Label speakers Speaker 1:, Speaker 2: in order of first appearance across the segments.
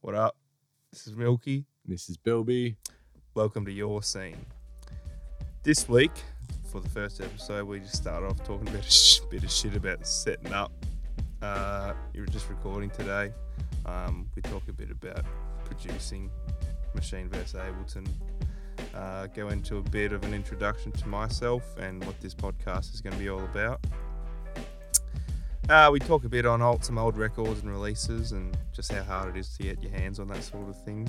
Speaker 1: What up? This is Milky.
Speaker 2: This is Bilby.
Speaker 1: Welcome to your scene. This week, for the first episode, we just started off talking about a sh- bit of shit about setting up. Uh, you were just recording today. Um, we talk a bit about producing Machine vs. Ableton. Uh, go into a bit of an introduction to myself and what this podcast is going to be all about. Uh, we talk a bit on old, some old records and releases and just how hard it is to get your hands on that sort of thing.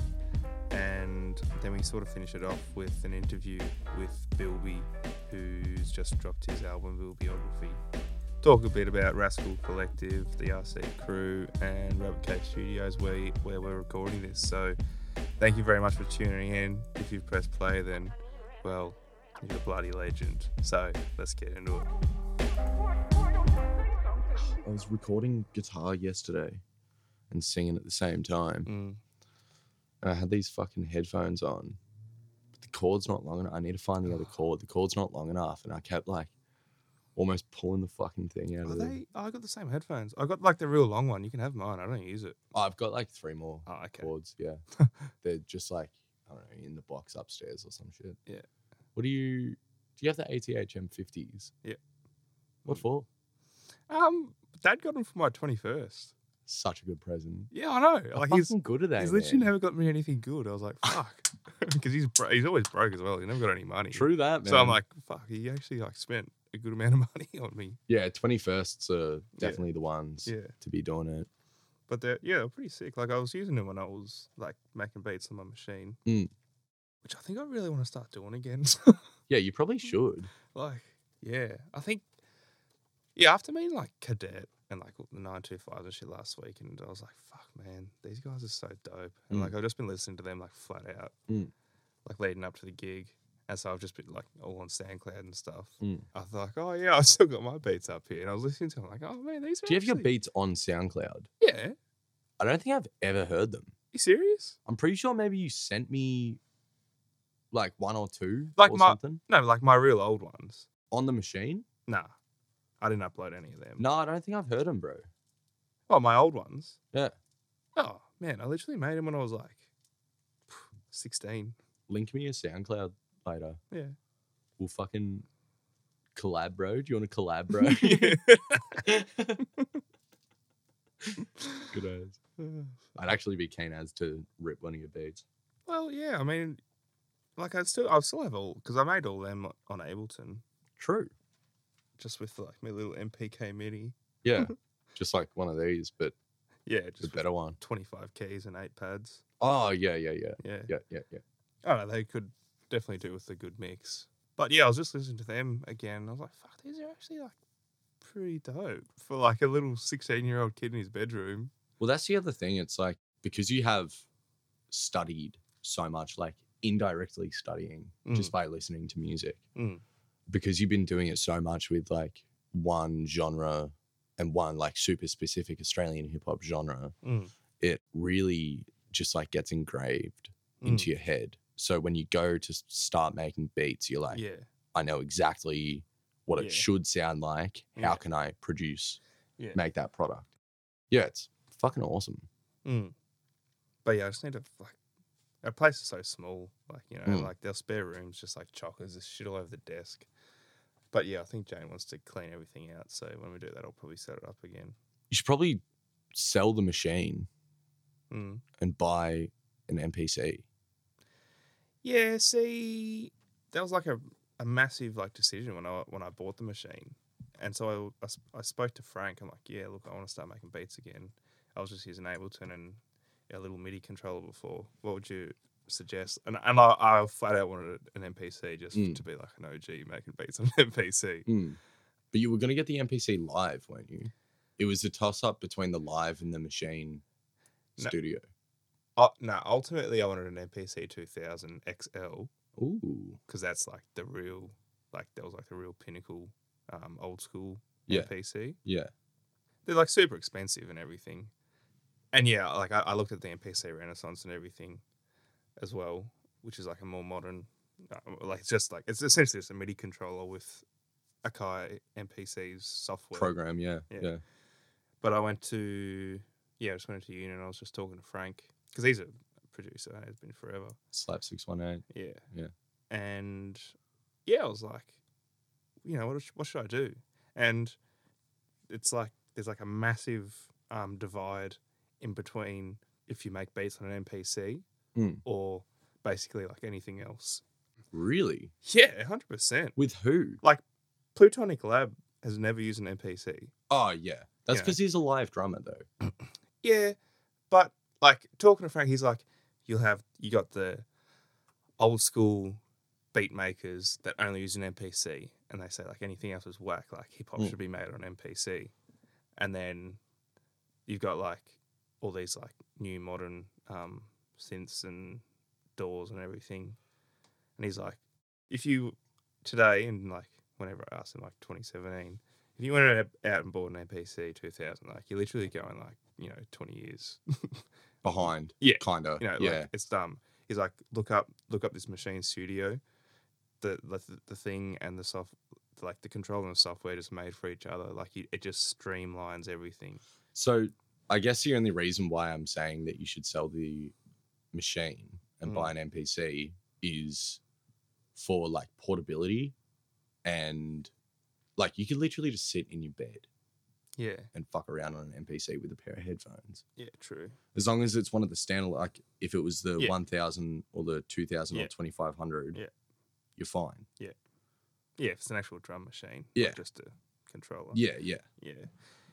Speaker 1: And then we sort of finish it off with an interview with Bilby, who's just dropped his album Bilbiography. Talk a bit about Rascal Collective, the RC Crew, and Rabbit Cave Studios, where, where we're recording this. So thank you very much for tuning in. If you've pressed play, then, well, you're a bloody legend. So let's get into it.
Speaker 2: I was recording guitar yesterday and singing at the same time.
Speaker 1: Mm.
Speaker 2: And I had these fucking headphones on. But the cord's not long enough. I need to find the other cord. The cord's not long enough. And I kept like almost pulling the fucking thing out
Speaker 1: Are
Speaker 2: of it.
Speaker 1: they? oh, I got the same headphones. I got like the real long one. You can have mine. I don't use it.
Speaker 2: Oh, I've got like three more
Speaker 1: Oh, okay.
Speaker 2: cords. Yeah. They're just like, I don't know, in the box upstairs or some shit.
Speaker 1: Yeah.
Speaker 2: What do you, do you have the ATH M50s?
Speaker 1: Yeah.
Speaker 2: What for?
Speaker 1: Um, Dad got them for my twenty first.
Speaker 2: Such a good present.
Speaker 1: Yeah, I know.
Speaker 2: How
Speaker 1: Like
Speaker 2: fucking
Speaker 1: he's
Speaker 2: good at that.
Speaker 1: he's literally never got me anything good. I was like, fuck, because he's bro- he's always broke as well. He never got any money.
Speaker 2: True that, man.
Speaker 1: So I'm like, fuck. He actually like spent a good amount of money on me.
Speaker 2: yeah, 21st's are definitely the ones
Speaker 1: Yeah.
Speaker 2: to be doing it.
Speaker 1: But they're yeah, they're pretty sick. Like I was using them when I was like making beats on my machine,
Speaker 2: Mm.
Speaker 1: which I think I really want to start doing again.
Speaker 2: Yeah, you probably
Speaker 1: Mm.
Speaker 2: should.
Speaker 1: Like, yeah, I think, yeah, after meeting like Cadet and like the 925s and shit last week, and I was like, fuck, man, these guys are so dope. And
Speaker 2: Mm.
Speaker 1: like, I've just been listening to them like flat out,
Speaker 2: Mm.
Speaker 1: like leading up to the gig. And so I've just been like all on SoundCloud and stuff.
Speaker 2: Mm.
Speaker 1: I was like, oh, yeah, I've still got my beats up here. And I was listening to them, like, oh, man, these are.
Speaker 2: Do you have your
Speaker 1: actually-
Speaker 2: beats on SoundCloud?
Speaker 1: Yeah.
Speaker 2: I don't think I've ever heard them.
Speaker 1: You serious?
Speaker 2: I'm pretty sure maybe you sent me like one or two
Speaker 1: Like
Speaker 2: or
Speaker 1: my-
Speaker 2: something
Speaker 1: No, like my real old ones.
Speaker 2: on the machine.
Speaker 1: Nah, I didn't upload any of them.
Speaker 2: No, I don't think I've heard them, bro.
Speaker 1: Oh, my old ones?
Speaker 2: Yeah.
Speaker 1: Oh, man, I literally made them when I was like 16.
Speaker 2: Link me your SoundCloud later.
Speaker 1: Yeah.
Speaker 2: We'll fucking collab, bro. Do you want to collab, bro? Good as. I'd actually be keen as to rip one of your beats.
Speaker 1: well, yeah, I mean, like I still, I still have all because I made all them on Ableton
Speaker 2: True.
Speaker 1: just with like my little MPK MIDI.
Speaker 2: Yeah. Just like one of these, but
Speaker 1: Yeah,
Speaker 2: the
Speaker 1: just with
Speaker 2: better one.
Speaker 1: 25 keys and eight pads.
Speaker 2: Oh yeah, yeah, yeah,
Speaker 1: Yeah.
Speaker 2: yeah, yeah, yeah.
Speaker 1: I don't know, they could definitely do with a good mix. But yeah, I was just listening to them again. I was like, fuck, these are actually like pretty dope for like a little 16 year old kid in his bedroom.
Speaker 2: Well, that's the other thing. It's like because you have studied so much, like indirectly studying just by listening to music,
Speaker 1: Mm.
Speaker 2: because you've been doing it so much with like one genre and one like super specific Australian hip hop genre,
Speaker 1: Mm.
Speaker 2: it really just like gets engraved
Speaker 1: Mm.
Speaker 2: into your head. So when you go to s- start making beats, you're like,
Speaker 1: yeah.
Speaker 2: I know exactly what it
Speaker 1: Yeah.
Speaker 2: should sound like.
Speaker 1: Yeah.
Speaker 2: How can I produce,
Speaker 1: Yeah.
Speaker 2: make that product? Yeah, it's fucking awesome.
Speaker 1: Mm. But yeah, I just need to like our place is so small, like you know,
Speaker 2: Mm.
Speaker 1: like their spare rooms just like chockers, there's shit all over the desk. But yeah, I think Jane wants to clean everything out, so when we do that, I'll probably set it up again.
Speaker 2: You should probably sell the machine
Speaker 1: Mm.
Speaker 2: and buy an MPC.
Speaker 1: Yeah, see, that was like a, a massive like decision when I when I bought the machine, and so I, I s- I spoke to Frank. I'm like, yeah, look, I want to start making beats again. I was just using Ableton and a little MIDI controller before. What would you suggest? And and I, I flat out wanted an MPC just
Speaker 2: Mm.
Speaker 1: to be like an OG making beats on an MPC.
Speaker 2: But you were going to get the MPC live, weren't you? It was a toss up between the live and the machine
Speaker 1: No.
Speaker 2: studio.
Speaker 1: Uh, no, ultimately I wanted an MPC 2000 XL
Speaker 2: Ooh.
Speaker 1: because that's like the real like that was like the real pinnacle um, old school
Speaker 2: Yeah.
Speaker 1: MPC.
Speaker 2: Yeah.
Speaker 1: they're like super expensive and everything. And yeah, like I, I looked at the NPC Renaissance and everything as well, which is like a more modern, uh, like it's just like it's essentially just a MIDI controller with Akai NPC's software.
Speaker 2: Program. Yeah.
Speaker 1: Yeah.
Speaker 2: Yeah.
Speaker 1: But I went to yeah, I just went to uni and I was just talking to Frank because he's a producer, has been forever.
Speaker 2: Slap six one eight.
Speaker 1: Yeah.
Speaker 2: Yeah.
Speaker 1: And yeah, I was like, you know, what, sh- what should I do? And it's like there's like a massive um, divide in between if you make beats on an MPC
Speaker 2: Mm.
Speaker 1: or basically like anything else.
Speaker 2: Really?
Speaker 1: Yeah, hundred percent.
Speaker 2: With who?
Speaker 1: Plutonic Lab has never used an MPC.
Speaker 2: Oh yeah. That's
Speaker 1: Yeah.
Speaker 2: because he's a live drummer though.
Speaker 1: yeah, but like talking to Frank, he's like, you'll have you got the old school beat makers that only use an MPC, and they say like anything else is whack. Like hip hop
Speaker 2: Mm.
Speaker 1: should be made on MPC, and then you've got like all these like new modern um, synths and doors and everything, and he's like, if you today and like whenever I asked him like 2017 if you went out- out and bought an APC 2000, like you're literally going like, you know, 20 years.
Speaker 2: Behind.
Speaker 1: Yeah.
Speaker 2: Kinda.
Speaker 1: You know,
Speaker 2: yeah.
Speaker 1: like it's dumb. He's like, look up, look up this machine studio, the the, the thing and the soft, like the controller and the software just made for each other. Like you, it just streamlines everything.
Speaker 2: So I guess the only reason why I'm saying that you should sell the machine and
Speaker 1: Mm.
Speaker 2: buy an MPC is for like portability and like you could literally just sit in your bed
Speaker 1: Yeah,
Speaker 2: and fuck around on an MPC with a pair of headphones.
Speaker 1: yeah, true.
Speaker 2: As long as it's one of the standard like if it was the
Speaker 1: Yeah.
Speaker 2: 1000 or the 2000 or
Speaker 1: Yeah.
Speaker 2: 2500
Speaker 1: Yeah.
Speaker 2: you're fine.
Speaker 1: Yeah, if it's an actual drum machine, not
Speaker 2: Yeah.
Speaker 1: just a controller.
Speaker 2: Yeah, yeah.
Speaker 1: Yeah.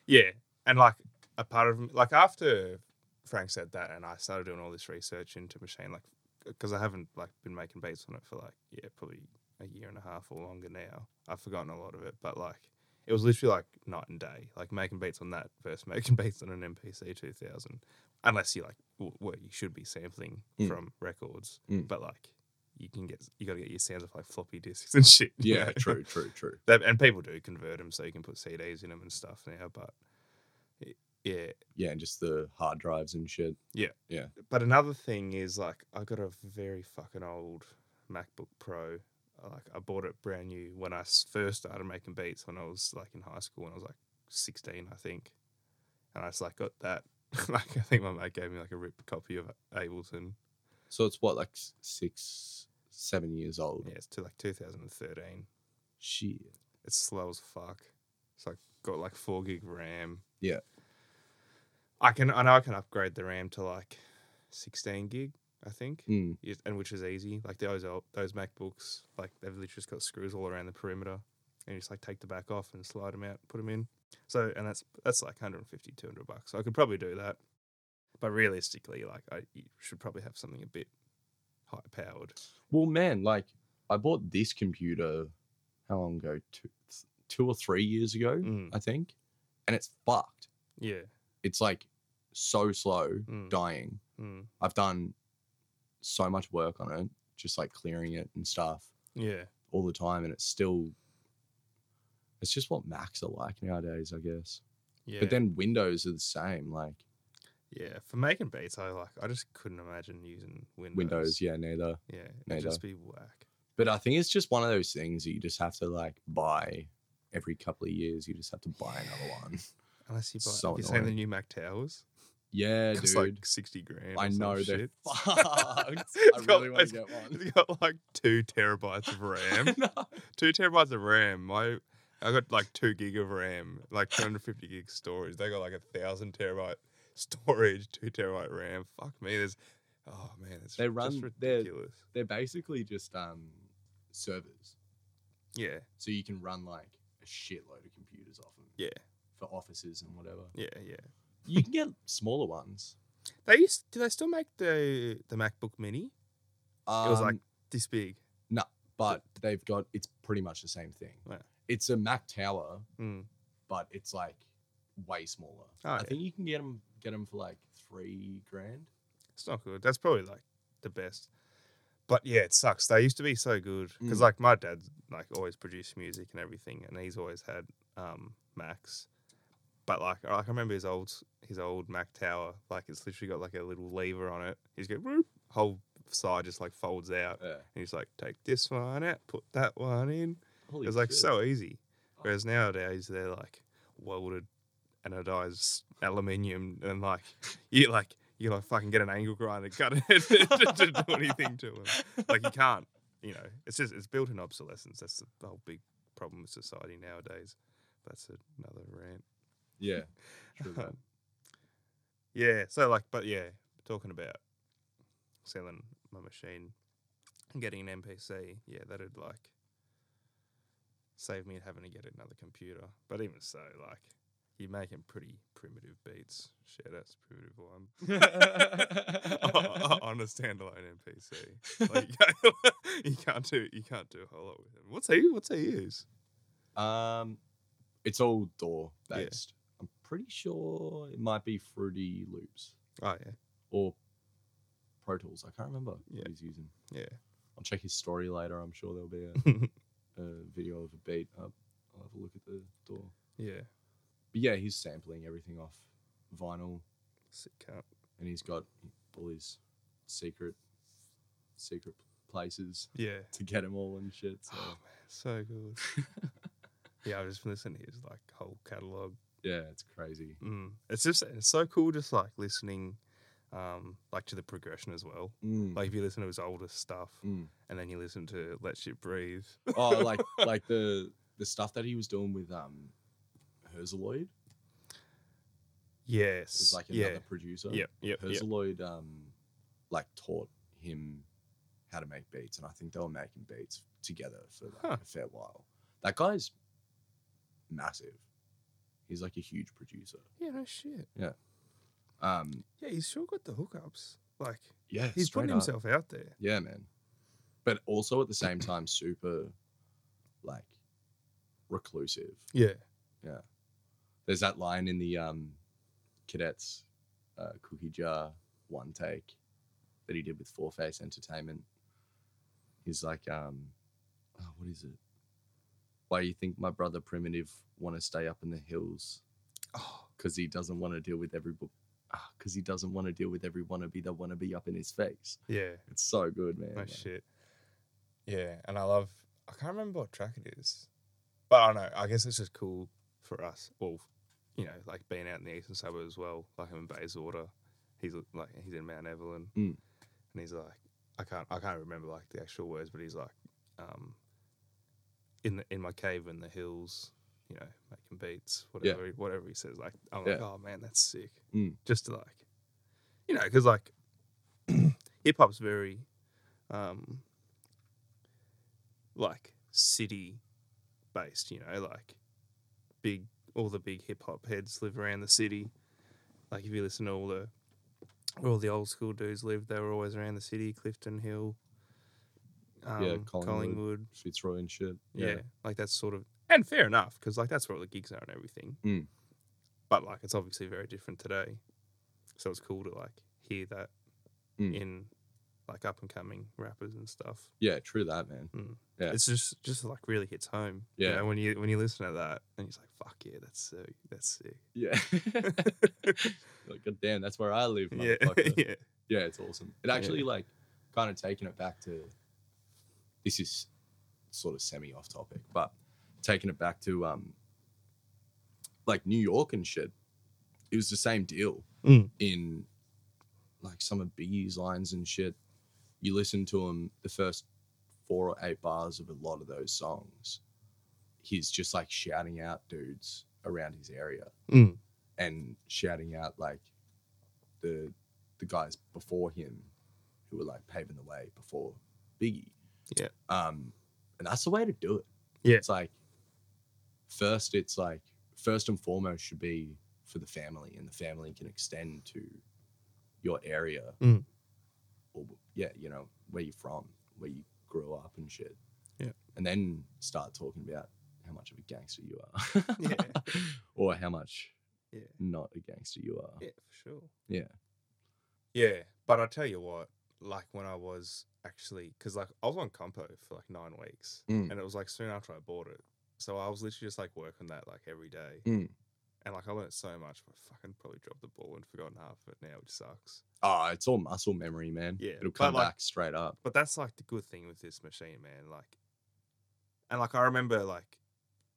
Speaker 1: Yeah. And like a part of like after Frank said that and I started doing all this research into machine like because I haven't like been making beats on it for like yeah, probably a year and a half or longer now. I've forgotten a lot of it, but like it was literally like night and day, like making beats on that versus making beats on an MPC 2000 unless you like w- well, you should be sampling
Speaker 2: Mm.
Speaker 1: from records,
Speaker 2: Mm.
Speaker 1: but like you can get you got to get your sounds off like floppy disks and shit. you
Speaker 2: Yeah,
Speaker 1: know?
Speaker 2: true, true, true.
Speaker 1: That, and people do convert them so you can put CDs in them and stuff now. But it- yeah,
Speaker 2: Yeah, and just the hard drives and shit.
Speaker 1: but another thing is like I got a very fucking old MacBook Pro. Like I bought it brand new when I s- first started making beats when I was like in high school when I was like 16, I think. And I just like got that. like I think my mate gave me like a ripped copy of Ableton.
Speaker 2: So it's what like s- 6 7 years old.
Speaker 1: Yeah, it's to like 2013.
Speaker 2: Shit.
Speaker 1: It's slow as fuck. It's like got like four gig RAM.
Speaker 2: Yeah.
Speaker 1: I can I know I can upgrade the RAM to like sixteen gig, I think.
Speaker 2: Mm.
Speaker 1: Yes, And which is easy. Like those old- those MacBooks, like they've literally just got screws all around the perimeter, and you just like take the back off and slide them out, put them in. So and that's that's like 150, 200 bucks. So I could probably do that, but realistically, like I you should probably have something a bit high powered.
Speaker 2: Well, man, like I bought this computer how long ago? Two, th- two or three years ago,
Speaker 1: Mm,
Speaker 2: I think, and it's fucked.
Speaker 1: yeah.
Speaker 2: It's like so slow,
Speaker 1: Mm,
Speaker 2: dying.
Speaker 1: mm,
Speaker 2: I've done so much work on it, just like clearing it and stuff
Speaker 1: yeah.
Speaker 2: all the time, and it's still. It's just what Macs are like nowadays, I guess.
Speaker 1: Yeah.
Speaker 2: But then Windows are the same, like
Speaker 1: Yeah, for making beats, I like. I just couldn't imagine using Windows.
Speaker 2: Windows, yeah, neither.
Speaker 1: yeah, it'd
Speaker 2: neither.
Speaker 1: just be whack.
Speaker 2: But I think it's just one of those things that you just have to like buy every couple of years. You just have to buy another one.
Speaker 1: Unless you buy,
Speaker 2: So
Speaker 1: have you seen the
Speaker 2: annoying.
Speaker 1: new Mac Towers?
Speaker 2: Yeah,
Speaker 1: It's
Speaker 2: dude.
Speaker 1: like sixty grand.
Speaker 2: I
Speaker 1: or some
Speaker 2: know they're
Speaker 1: shit.
Speaker 2: fucked. I
Speaker 1: It's got-
Speaker 2: really want to
Speaker 1: it's-
Speaker 2: get one.
Speaker 1: It's got like two terabytes of RAM.
Speaker 2: No.
Speaker 1: two terabytes of RAM. My, I got like two gig of RAM, like two hundred fifty gig storage. They got like a thousand terabyte storage, two terabyte RAM. Fuck me, there's. Oh man, it's
Speaker 2: They
Speaker 1: just
Speaker 2: run- they're-
Speaker 1: ridiculous.
Speaker 2: They're basically just um servers,
Speaker 1: Yeah,
Speaker 2: so you can run like a shitload of computers off them.
Speaker 1: Yeah.
Speaker 2: for offices and whatever.
Speaker 1: yeah, yeah.
Speaker 2: You can get smaller ones.
Speaker 1: They used. Do they still make the the MacBook Mini
Speaker 2: Um,
Speaker 1: was like- this big?
Speaker 2: but they've got it's pretty much the same thing.
Speaker 1: Right.
Speaker 2: It's a Mac Tower,
Speaker 1: Mm.
Speaker 2: but it's like way smaller.
Speaker 1: Oh,
Speaker 2: I
Speaker 1: yeah.
Speaker 2: think you can get them get them for like three grand.
Speaker 1: It's not good. That's probably like the best. But yeah, it sucks. They used to be so good because
Speaker 2: Mm.
Speaker 1: like my dad's like always produced music and everything, and he's always had um Macs. But like, I- like I remember his old his old Mac Tower. Like it's literally got like a little lever on it. He's got whoop, whole side just like folds out,
Speaker 2: Yeah.
Speaker 1: and he's like, take this one out, put that one in.
Speaker 2: Holy
Speaker 1: It was like
Speaker 2: shit.
Speaker 1: so easy. Whereas nowadays they're like welded anodized aluminium and like you like you like fucking get an angle grinder, cut it to, to do anything to them. Like you can't, you know. It's just it's built in obsolescence. That's the, the whole big problem with society nowadays. That's another rant.
Speaker 2: Yeah. True that.
Speaker 1: Um, yeah, so like, but yeah, talking about selling my machine and getting an NPC, yeah, that'd like save me having to get another computer. But even so, like, you're making pretty primitive beats. Shit, that's primitive one. on, on a standalone NPC, like, you, can't, you can't do you can't do a whole lot with him. What's he? What's he use?
Speaker 2: Um, it's all door
Speaker 1: Yeah.
Speaker 2: based. I'm pretty sure it might be Fruity Loops
Speaker 1: Oh yeah,
Speaker 2: or Pro Tools. I can't remember
Speaker 1: Yeah.
Speaker 2: what he's using.
Speaker 1: yeah.
Speaker 2: I'll check his story later. I'm sure there'll be a, a video of a beat up. I'll have a look at the door.
Speaker 1: Yeah,
Speaker 2: But yeah, he's sampling everything off vinyl,
Speaker 1: sick cunt.
Speaker 2: and he's got all his secret, secret places
Speaker 1: Yeah.
Speaker 2: to get them all and shit. So
Speaker 1: Oh man, so good. yeah, I've just been listening to his like whole catalog.
Speaker 2: yeah, it's crazy.
Speaker 1: Mm. It's just it's so cool, just like listening, um, like to the progression as well.
Speaker 2: Mm.
Speaker 1: Like if you listen to his older stuff,
Speaker 2: Mm.
Speaker 1: and then you listen to Let Shit Breathe.
Speaker 2: oh, like like the the stuff that he was doing with um Herzeloid
Speaker 1: Yes.
Speaker 2: is like
Speaker 1: yeah.
Speaker 2: another producer.
Speaker 1: Yep. Yep. yep.
Speaker 2: Herzeloid um like taught him how to make beats, and I think they were making beats together for like,
Speaker 1: Huh.
Speaker 2: a fair while. That guy's massive. He's like a huge producer.
Speaker 1: Yeah. No shit.
Speaker 2: Um,
Speaker 1: Yeah, he's sure got the hookups. Like
Speaker 2: yeah,
Speaker 1: he's
Speaker 2: straight
Speaker 1: putting
Speaker 2: up.
Speaker 1: himself out there.
Speaker 2: Yeah, man. But also at the same time, super like reclusive.
Speaker 1: Yeah.
Speaker 2: There's that line in the um, cadets uh, cookie jar one take that he did with Four Face Entertainment. He's like, um, oh, what is it? Why you think my brother Primitive want to stay up in the hills?
Speaker 1: Oh,
Speaker 2: Because he doesn't want to deal with every Because he doesn't want to deal with every wannabe that want to be up in his face.
Speaker 1: yeah.
Speaker 2: It's so good, man.
Speaker 1: No
Speaker 2: Like,
Speaker 1: shit. Yeah, and I love. I can't remember what track it is, but I don't know. I guess it's just cool for us. Well, you know, like being out in the eastern suburbs as well. Like I'm in Bayswater. He's l- like he's in Mount Evelyn,
Speaker 2: Mm.
Speaker 1: and he's like, I can't, I can't remember like the actual words, but he's like, um, in the in my cave in the hills, you know, making beats, whatever, he- whatever he says. Like I'm like,
Speaker 2: Yeah.
Speaker 1: oh man, that's sick.
Speaker 2: Mm.
Speaker 1: Just to like, you know, because like hip hop's very um like city based, you know, like big all the big hip hop heads live around the city. Like if you listen to all the where all the old school dudes lived, they were always around the city, Clifton Hill, um,
Speaker 2: Yeah,
Speaker 1: Collingwood.
Speaker 2: Collingwood. Fitzroy and shit.
Speaker 1: Yeah. like that's sort of and fair enough because like that's where all the gigs are and everything.
Speaker 2: Mm.
Speaker 1: But like it's obviously very different today, so it's cool to like hear that
Speaker 2: Mm.
Speaker 1: in like up and coming rappers and stuff.
Speaker 2: Yeah, true that, man. Yeah.
Speaker 1: It's just just like really hits home. you
Speaker 2: Yeah.
Speaker 1: know, when you when you listen to that and you're like, fuck yeah, that's sick. That's sick.
Speaker 2: Yeah. like, God damn, that's where I live,
Speaker 1: Yeah,
Speaker 2: motherfucker. Yeah,
Speaker 1: yeah,
Speaker 2: it's awesome. It actually, like, kind of taking it back to this is sort of semi off topic, but taking it back to, um, like, New York and shit, it was the same deal
Speaker 1: Mm.
Speaker 2: in, like, some of Biggie's lines and shit. You listen to him the first four or eight bars of a lot of those songs. He's just like shouting out dudes around his area
Speaker 1: Mm.
Speaker 2: and shouting out like the the guys before him who were like paving the way before Biggie.
Speaker 1: Yeah.
Speaker 2: Um, and that's the way to do it.
Speaker 1: Yeah.
Speaker 2: It's like first, it's like first and foremost should be for the family, and the family can extend to your area,
Speaker 1: Mm.
Speaker 2: or yeah, you know where you're from, where you grew up and shit.
Speaker 1: Yeah.
Speaker 2: And then start talking about how much of a gangster you are,
Speaker 1: Yeah.
Speaker 2: or how much
Speaker 1: yeah,
Speaker 2: not a gangster you are.
Speaker 1: yeah, for sure.
Speaker 2: Yeah.
Speaker 1: Yeah, but I tell you what, like when I was actually, because like I was on compo for like nine weeks,
Speaker 2: Mm.
Speaker 1: and it was like soon after I bought it, so I was literally just like working that like every day,
Speaker 2: Mm.
Speaker 1: and like I learned so much. But I fucking probably dropped the ball and forgotten half of it now, which sucks.
Speaker 2: Oh, it's all muscle memory, man.
Speaker 1: Yeah,
Speaker 2: It'll
Speaker 1: but
Speaker 2: come
Speaker 1: like-
Speaker 2: back straight up.
Speaker 1: But that's like the good thing with this machine, man. Like, and like I remember like,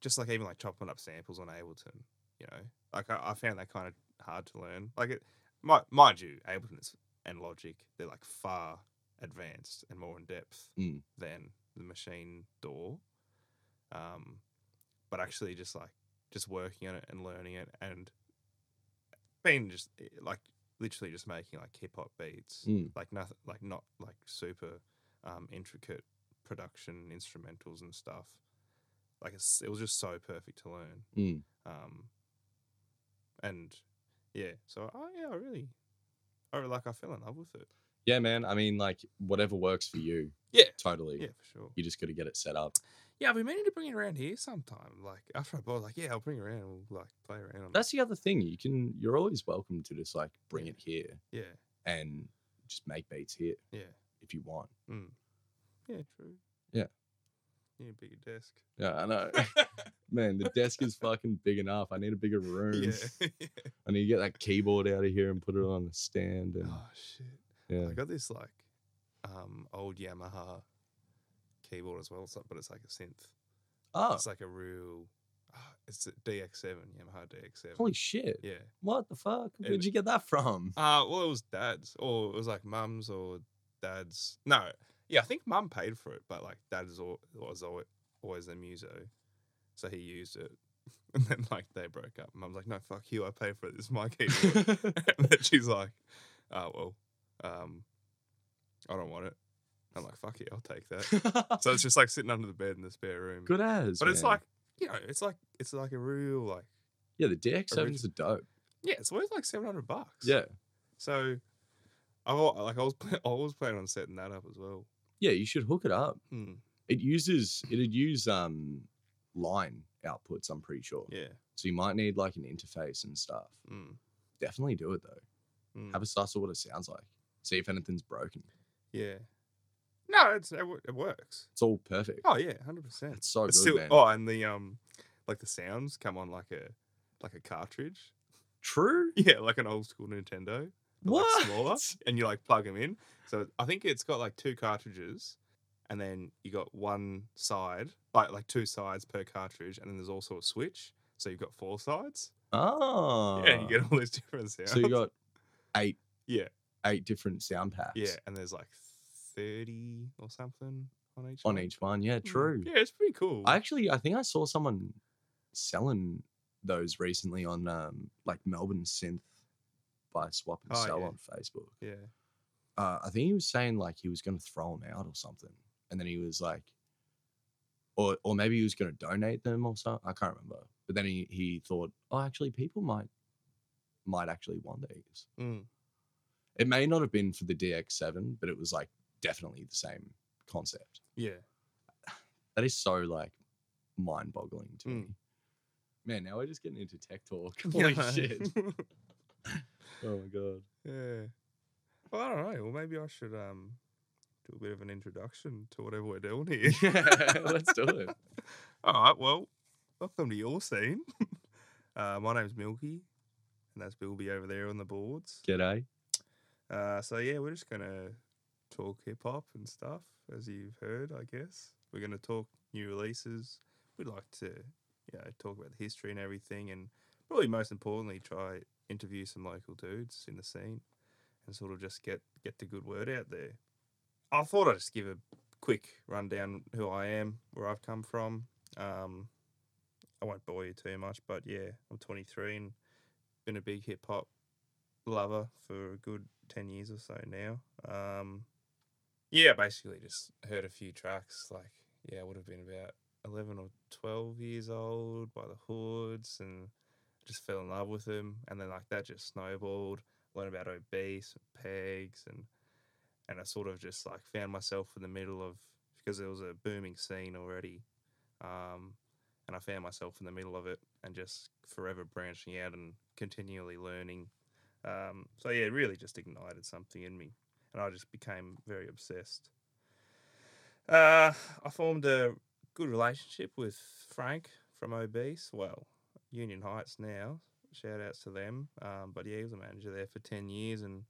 Speaker 1: just like even like chopping up samples on Ableton, you know, like I, I found that kind of hard to learn. Like it, mi- mind you, Ableton is- and Logic, they're like far advanced and more in depth
Speaker 2: Mm.
Speaker 1: than the machine door. Um, but actually, just like just working on it and learning it and being just eh, like literally just making like hip hop beats,
Speaker 2: Mm.
Speaker 1: like nothing, like not like super um, intricate production instrumentals and stuff. Like it's, it was just so perfect to learn.
Speaker 2: Mm.
Speaker 1: Um, and yeah, so I yeah, I really, I really- like I fell in love with it.
Speaker 2: Yeah, man. I mean, like whatever works for you.
Speaker 1: Yeah.
Speaker 2: Totally.
Speaker 1: Yeah, for sure.
Speaker 2: You just got to get it set up.
Speaker 1: Yeah, I've been meaning to bring it around here sometime. Like after I bought, like yeah, I'll bring it around. and We'll like play around. On
Speaker 2: That's the other thing. You can. You're always welcome to just like bring
Speaker 1: Mm. Yeah.
Speaker 2: it here
Speaker 1: it.
Speaker 2: and just make beats here
Speaker 1: yeah,
Speaker 2: if you want.
Speaker 1: yeah, mm. yeah, true.
Speaker 2: Yeah.
Speaker 1: you need a bigger desk.
Speaker 2: Yeah, I know. man, the desk is fucking big enough. I need a bigger room.
Speaker 1: yeah.
Speaker 2: I need to get that keyboard out of here and put it on a stand. And
Speaker 1: Oh shit.
Speaker 2: yeah,
Speaker 1: I got this like um old Yamaha keyboard as well, so- but it's like a synth.
Speaker 2: oh,
Speaker 1: It's like a real. ah, It's a DX7 Yamaha DX7.
Speaker 2: holy shit!
Speaker 1: yeah.
Speaker 2: What the fuck?
Speaker 1: It-
Speaker 2: Where'd you get that from?
Speaker 1: Uh well, it was dad's, or it was like mum's or dad's. No, yeah, I think mum paid for it, but like dad's al- was al- always a muso, so he used it. And then like they broke up. Mum's like, "No, fuck you, I paid for it. This is my keyboard." and then she's like, "Oh well, um, I don't want it." I'm like, "Fuck it, I'll take that." so it's just like sitting under the bed in the spare room.
Speaker 2: Good as.
Speaker 1: but it's
Speaker 2: man.
Speaker 1: like you know, it's like it's like a real like
Speaker 2: yeah, the DX7s are dope.
Speaker 1: yeah, it's worth like seven hundred bucks.
Speaker 2: Yeah,
Speaker 1: So, I wa- like I was pla- I was planning on setting that up as well.
Speaker 2: yeah, you should hook it up.
Speaker 1: Hmm.
Speaker 2: It uses it'd use um line outputs. I'm pretty sure.
Speaker 1: Yeah.
Speaker 2: So you might need like an interface and stuff.
Speaker 1: Mm.
Speaker 2: Definitely do it though.
Speaker 1: Mm.
Speaker 2: Have a suss of what it sounds like. See if anything's broken.
Speaker 1: yeah. No, it's it, wo- it works.
Speaker 2: It's all perfect.
Speaker 1: Oh yeah, hundred percent.
Speaker 2: It's so good,
Speaker 1: It's still
Speaker 2: man.
Speaker 1: oh, and the um, like the sounds come on like a like a cartridge.
Speaker 2: True.
Speaker 1: Yeah, like an old school Nintendo. but, like,
Speaker 2: What?
Speaker 1: smaller, and you like plug them in. So I think it's got like two cartridges, and then you got one side, like like two sides per cartridge, and then there's also a switch. So you've got four sides.
Speaker 2: Oh.
Speaker 1: yeah, you get all these different sounds.
Speaker 2: So you got eight.
Speaker 1: Yeah.
Speaker 2: Eight different sound packs.
Speaker 1: Yeah, and there's like thirty or something on each.
Speaker 2: On
Speaker 1: one.
Speaker 2: each one. Yeah.
Speaker 1: Mm.
Speaker 2: True.
Speaker 1: Yeah, it's pretty cool.
Speaker 2: I actually, I think I saw someone selling those recently on um, like Melbourne Synth by Swap and
Speaker 1: Oh,
Speaker 2: Sell
Speaker 1: yeah.
Speaker 2: on Facebook.
Speaker 1: yeah,
Speaker 2: Uh, I think he was saying like he was going to throw them out or something, and then he was like, or or maybe he was going to donate them or something. I can't remember. But then he he thought, oh, actually, people might might actually want these.
Speaker 1: Mm.
Speaker 2: It may not have been for the DX7, but it was like definitely the same concept.
Speaker 1: yeah,
Speaker 2: That is so like mind boggling to
Speaker 1: Mm.
Speaker 2: me. Man, now we're just getting into tech talk.
Speaker 1: Yeah.
Speaker 2: Holy shit. Oh my god.
Speaker 1: yeah. Well, I don't know. Well, maybe I should um do a bit of an introduction to whatever we're doing here.
Speaker 2: Yeah, let's do it.
Speaker 1: All right. Well, welcome to your scene. Uh, my name's Milky, and that's Bilby over there on the boards.
Speaker 2: G'day.
Speaker 1: Uh, so yeah, we're just gonna talk hip hop and stuff, as you've heard, I guess. We're gonna talk new releases. We'd like to, you know, talk about the history and everything, and probably most importantly, try interview some local dudes in the scene, and sort of just get get the good word out there. I thought I'd just give a quick rundown who I am, where I've come from. Um, I won't bore you too much, but yeah, I'm 23 and been a big hip hop lover for a good 10 years or so now. Um, yeah, basically just heard a few tracks. Like, yeah, I would have been about 11 or 12 years old by the Hoods and just fell in love with them. And then, like, that just snowballed. Learned about obese and pegs and and I sort of just like found myself in the middle of because there was a booming scene already, um, and I found myself in the middle of it and just forever branching out and continually learning. Um, so yeah, it really just ignited something in me, and I just became very obsessed. Uh, I formed a good relationship with Frank from Obese. Well, Union Heights now. Shout outs to them. Um, but yeah, he was a manager there for ten years, and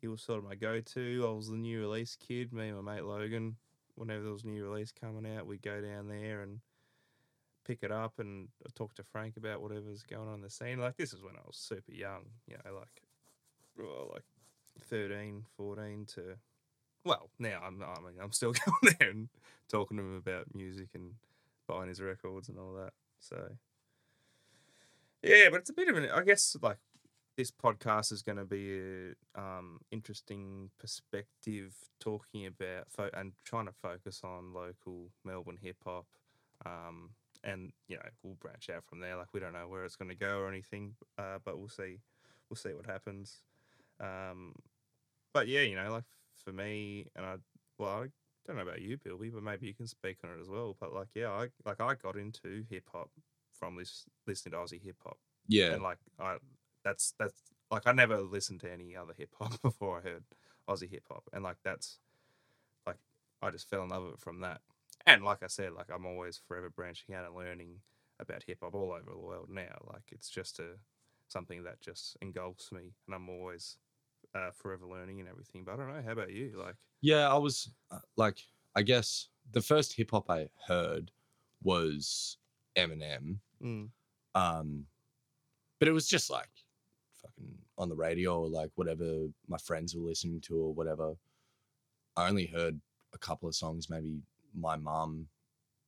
Speaker 1: he was sort of my go-to. I was the new release kid. Me and my mate Logan, whenever there was a new release coming out, we'd go down there and pick it up and uh, talk to Frank about whatever's going on in the scene. Like this is when I was super young, you know, like well, like 13, 14 to well, now I'm I mean I'm still going there and talking to him about music and buying his records and all that. So yeah, but it's a bit of an I guess like this podcast is going to be a um, interesting perspective talking about fo- and trying to focus on local Melbourne hip hop. Um, and you know we'll branch out from there. Like we don't know where it's going to go or anything, uh, but we'll see. We'll see what happens. Um, but yeah, you know, like for me, and I well, I don't know about you, Bilby, but maybe you can speak on it as well. But like, yeah, I like I got into hip hop from this listening to Aussie hip hop,
Speaker 2: Yeah.
Speaker 1: and like I that's that's like I never listened to any other hip hop before I heard Aussie hip hop, and like that's like I just fell in love with it from that. And like I said, like I'm always forever branching out and learning about hip hop all over the world now. Like it's just a something that just engulfs me, and I'm always uh, forever learning and everything. But I don't know. How about you? Like,
Speaker 2: Yeah, I was uh, like, I guess the first hip hop I heard was Eminem.
Speaker 1: mm,
Speaker 2: Um, but it was just like fucking on the radio or like whatever my friends were listening to or whatever. I only heard a couple of songs, maybe My Mum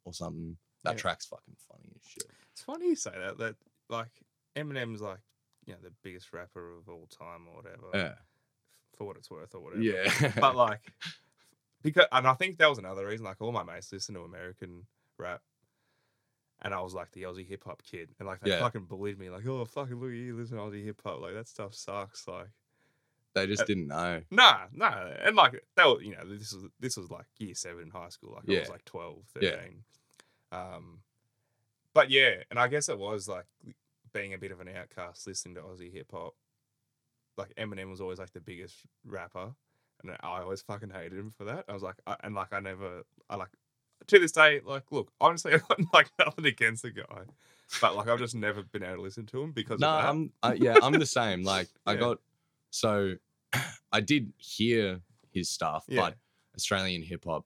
Speaker 2: or something. That
Speaker 1: Yeah.
Speaker 2: track's fucking funny as shit.
Speaker 1: it's funny you say that. That like Eminem's like you know the biggest rapper of all time or whatever. For what it's worth or whatever.
Speaker 2: Yeah.
Speaker 1: but like because and I think that was another reason. Like all my mates listen to American rap, and I was like the Aussie hip hop kid, and like they
Speaker 2: Yeah.
Speaker 1: fucking bullied me. Like oh fucking look at you listen to Aussie hip hop. Like that stuff sucks. Like
Speaker 2: they just
Speaker 1: uh,
Speaker 2: didn't know.
Speaker 1: nah nah, and like that was you know this was this was like year seven in high school. Like I was
Speaker 2: Yeah.
Speaker 1: like 12,
Speaker 2: Yeah.
Speaker 1: 13. Um, but yeah, and I guess it was like being a bit of an outcast listening to Aussie hip hop. Like Eminem was always like the biggest rapper, and I always fucking hated him for that. I was like, I, and like I never, I like to this day, like look, honestly, I've got like nothing against the guy, but like I've just never been able to listen to him because
Speaker 2: No,
Speaker 1: of that.
Speaker 2: I'm I, yeah, I'm the same. Like I
Speaker 1: Yeah.
Speaker 2: got so I did hear his stuff,
Speaker 1: Yeah.
Speaker 2: but Australian hip hop